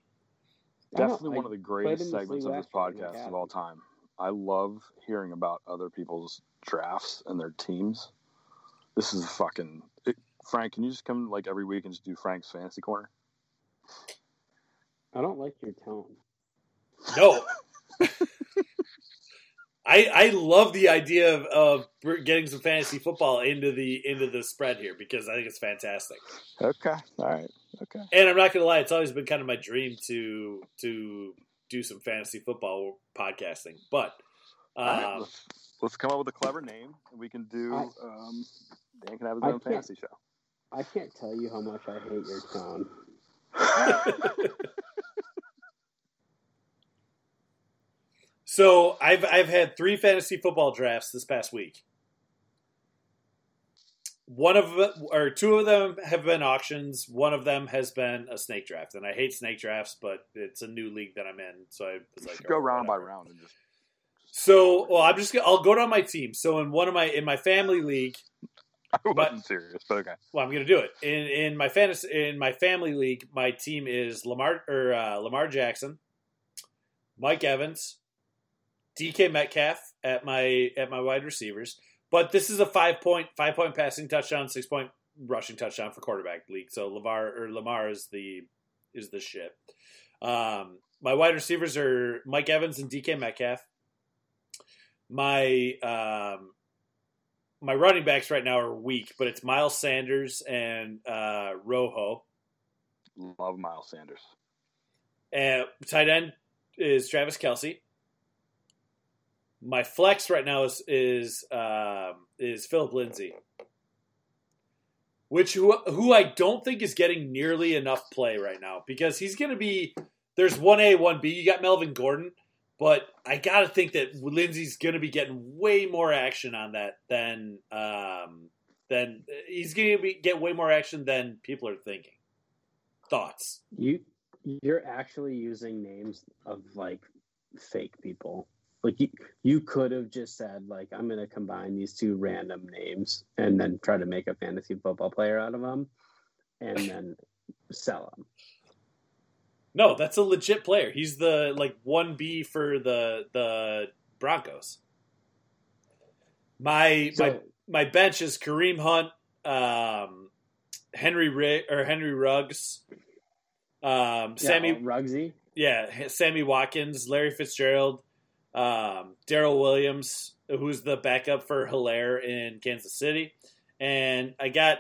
definitely
I-
one of the
in
greatest
this
segments
league
of this
last year,
podcast
yeah.
of all time. I love hearing about other people's drafts and their teams. This is fucking it, Frank. Can you just come like every week and just do Frank's fantasy corner?
I don't like your tone.
No. I I love the idea of, of br- getting some fantasy football into the into the spread here because I think it's fantastic.
Okay, all right, okay.
And I'm not gonna lie, it's always been kind of my dream to to do some fantasy football podcasting. But
All right,
um,
let's, let's come up with a clever name, and we can do.
I-
um, Dan can have his
I
own
can't-
fantasy show.
I can't tell you how much I hate your tone.
so I've I've had three fantasy football drafts this past week. One of the- or two of them have been auctions. One of them has been a snake draft, and I hate snake drafts, but it's a new league that I'm in, so I was
You
like,
should go
"Oh,
round by
whatever."
round and just.
So, well, I'm just gonna, I'll go down my team. So in one of my in my family league,
I wasn't serious, but okay.
Well, I'm going to do it in in my fantasy in my family league. My team is Lamar or uh, Lamar Jackson, Mike Evans, DK Metcalf at my at my wide receivers. But this is a five point five point passing touchdown, six point rushing touchdown for quarterback league. So Lavar or Lamar is the is the shit. Um, my wide receivers are Mike Evans and DK Metcalf. My um, my running backs right now are weak, but it's Miles Sanders and uh, Rojo.
Love Miles Sanders.
And Uh, tight end is Travis Kelsey. My flex right now is is um, is Philip Lindsay, which who, who I don't think is getting nearly enough play right now because he's going to be there's one A one B. You got Melvin Gordon, but I got to think that Lindsay's going to be getting way more action on that than um, than he's going to be get way more action than people are thinking. Thoughts?
You you're actually using names of like fake people. Like you, you could have just said like I'm going to combine these two random names and then try to make a fantasy football player out of them and then sell them.
No, that's a legit player. He's the like one B for the the Broncos. My my
So
my bench is Kareem Hunt, um, Henry Rig- or Henry Ruggs, um, Sammy
yeah, Ruggsy,
yeah, Sammy Watkins, Larry Fitzgerald, um, Daryl Williams, who's the backup for Hilaire in Kansas City, and I got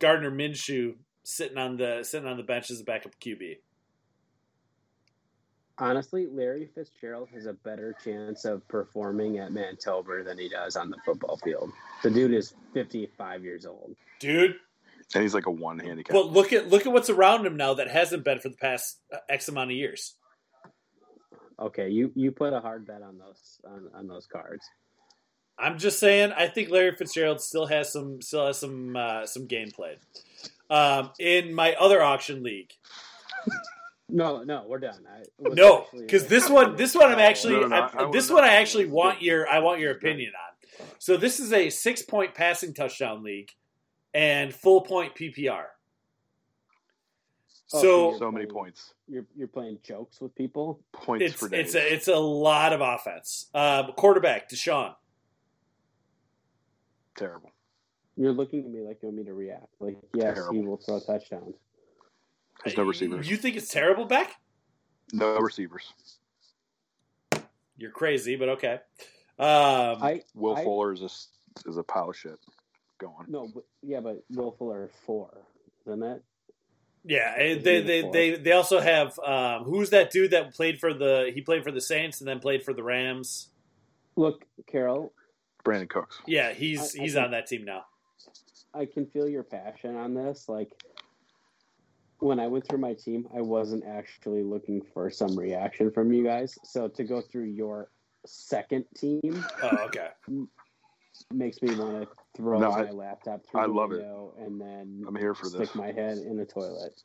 Gardner Minshew sitting on the sitting on the bench as a backup QB.
honestly, Larry Fitzgerald has a better chance of performing at Mantober than he does on the football field. The dude is 55 years old.
Dude,
And he's like a one handicap.
But look at look at what's around him now that hasn't been for the past uh, X amount of years.
Okay, you you put a hard bet on those on, on those cards.
I'm just saying, I think Larry Fitzgerald still has some still has some uh, some game played. Um, in my other auction league,
No, no, we're done. I, was
no,
actually- uh,
because this one this one I'm actually
Oh, No, no, no,
I'm-
I- I
this
would-
one I actually want your I want your opinion on. So this is a six point passing touchdown league and full point PPR.
Oh,
So
you're
so many
playing-
points.
You're you're playing jokes with people.
Points
it's
for days.
it's a, it's a lot of offense. Uh, quarterback Deshaun.
Terrible.
You're looking at me like you want me to react. Like yes, he
Terrible.
will throw touchdowns.
There's no receivers.
You think it's terrible, Beck?
No receivers.
You're crazy, but okay. Um,
I
Will
I-
Fuller is a, is a pile of shit. Go on.
no, but, yeah, but Will Fuller four, isn't it?
yeah, eh, they, they they they also have um, who's that dude that played for the he played for the Saints and then played for the Rams.
Look, Carol,
Brandon Cooks.
Yeah, he's
I- I
he's
think-
on that team now.
I can feel your passion on this. Like when I went through my team, I wasn't actually looking for some reaction from you guys. So to go through your second team
Oh, okay.
makes me want to throw
No,
my
I-
laptop through
I
the
love it.
window and then
I'm here for
stick
this.
my head in the toilet.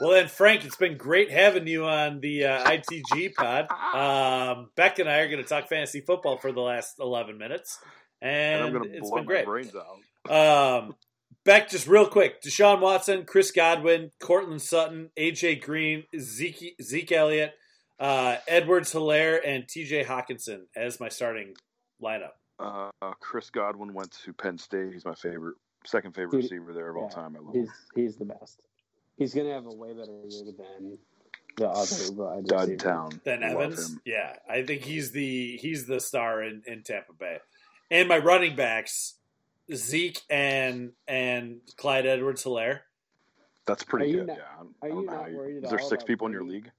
Well, then, Frank, it's been great having you on the uh, ITG pod. Um, Beck and I are going to talk fantasy football for the last 11 minutes,
and
and,
I'm going to
it's
blow
been
my
great.
brains out.
Um, Beck, just real quick Deshaun Watson, Chris Godwin, Cortland Sutton, AJ Green, Zeke, Zeke Elliott, uh, Edwards Hilaire, and TJ Hawkinson as my starting lineup.
Uh, Chris Godwin went to Penn State. He's my favorite, second favorite
Dude,
receiver there of all
yeah,
time. I love him.
He's he's the best. He's gonna have a way better year than the other wide
Dud
receiver.
Town.
Then
Love
Evans.
him.
Yeah, I think he's the he's the star in, in Tampa Bay. And my running backs, Zeke and and Clyde Edwards Hilaire.
That's
Are
pretty
you
good.
not-
yeah. I don't- I
are
don't
you
know
not
how you-
worried at
Is there
all
six
about
people in your
Brady?
league?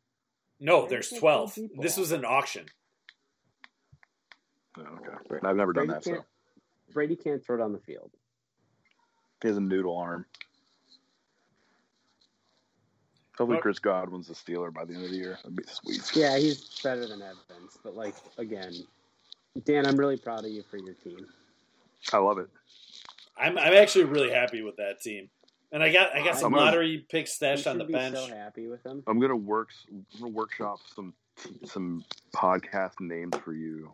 No, there's
There's
twelve.
no people.
This was an auction.
No, okay. I've never done
Brady
that. So
can't, Brady can't throw down the field.
he has a noodle arm. Hopefully,
Well-
Chris Godwin's a Steeler by the end of the year. That'd be sweet.
Yeah, he's better than Evans, but like again, Dan, I'm really proud of you for your team.
I love it.
I'm I'm actually really happy with that team. And I got I got some
I'm gonna-
lottery picks
You
stashed on
should
the
be
bench.
so happy with him.
I'm gonna work. I'm gonna workshop some some podcast names for you,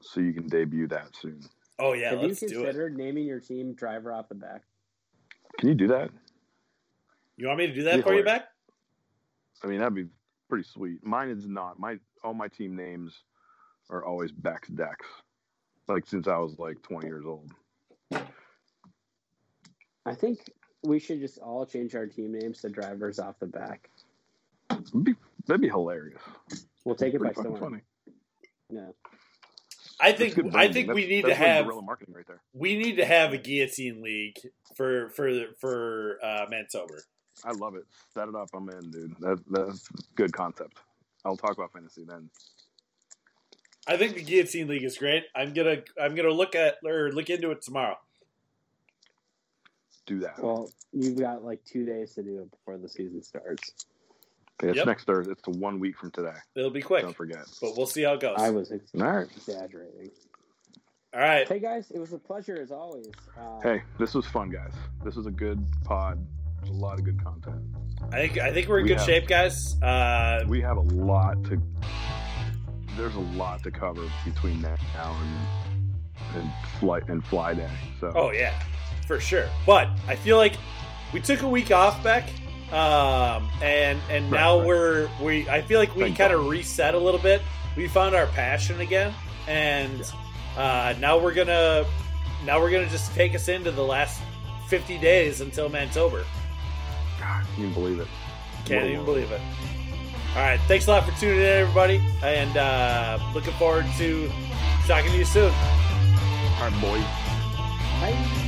so you can debut that soon.
Oh yeah,
Have you
let's do it.
considered naming your team driver off the back?
Can you do that?
You want me to do that
Yeah,
for you,
wait.
back?
I mean, that'd be pretty sweet. Mine is not. My all my team names are always Bex Dex, like since I was like 20 years old.
I think we should just all change our team names to drivers off the back.
That'd be, that'd be hilarious.
We'll take it by
Pretty fucking
someone.
funny.
No.
I
That's good
think I
branding.
think
That's-
we need to
that's like
have
guerrilla marketing right there.
we need to have a guillotine league for for for uh, Mantober.
I love it. Set it up. I'm in, dude. That, that's a good concept. I'll talk about fantasy then.
I think the guillotine league is great. I'm gonna I'm gonna look at or look into it tomorrow.
Do that.
Well, you've got like two days to do it before the season starts.
Okay, it's
Yep.
next Thursday. It's one week from today.
It'll be quick,
Don't forget.
but we'll see how it goes.
I was ex-
All right.
exaggerating.
All right,
Hey guys, it was a pleasure as always. Uh,
Hey, this was fun, guys. This was a good pod. There's a lot of good content.
I think I think we're in
We
good
have-
shape, guys. Uh,
We have a lot to. There's a lot to cover between now and and flight and fly day. So
oh yeah, for sure. But I feel like we took a week off, Beck, um, and and
Right,
now
right.
we're we. I feel like we
Thank
kind of reset a little bit. We found our passion again, and uh, now we're gonna now we're gonna just take us into the last 50 days until Mantober.
God, can you believe it?
Can't
Whoa,
even
whoa.
believe it. All right. Thanks a lot for tuning in, everybody. And uh, looking forward to talking to you soon.
All right, boys.
Bye.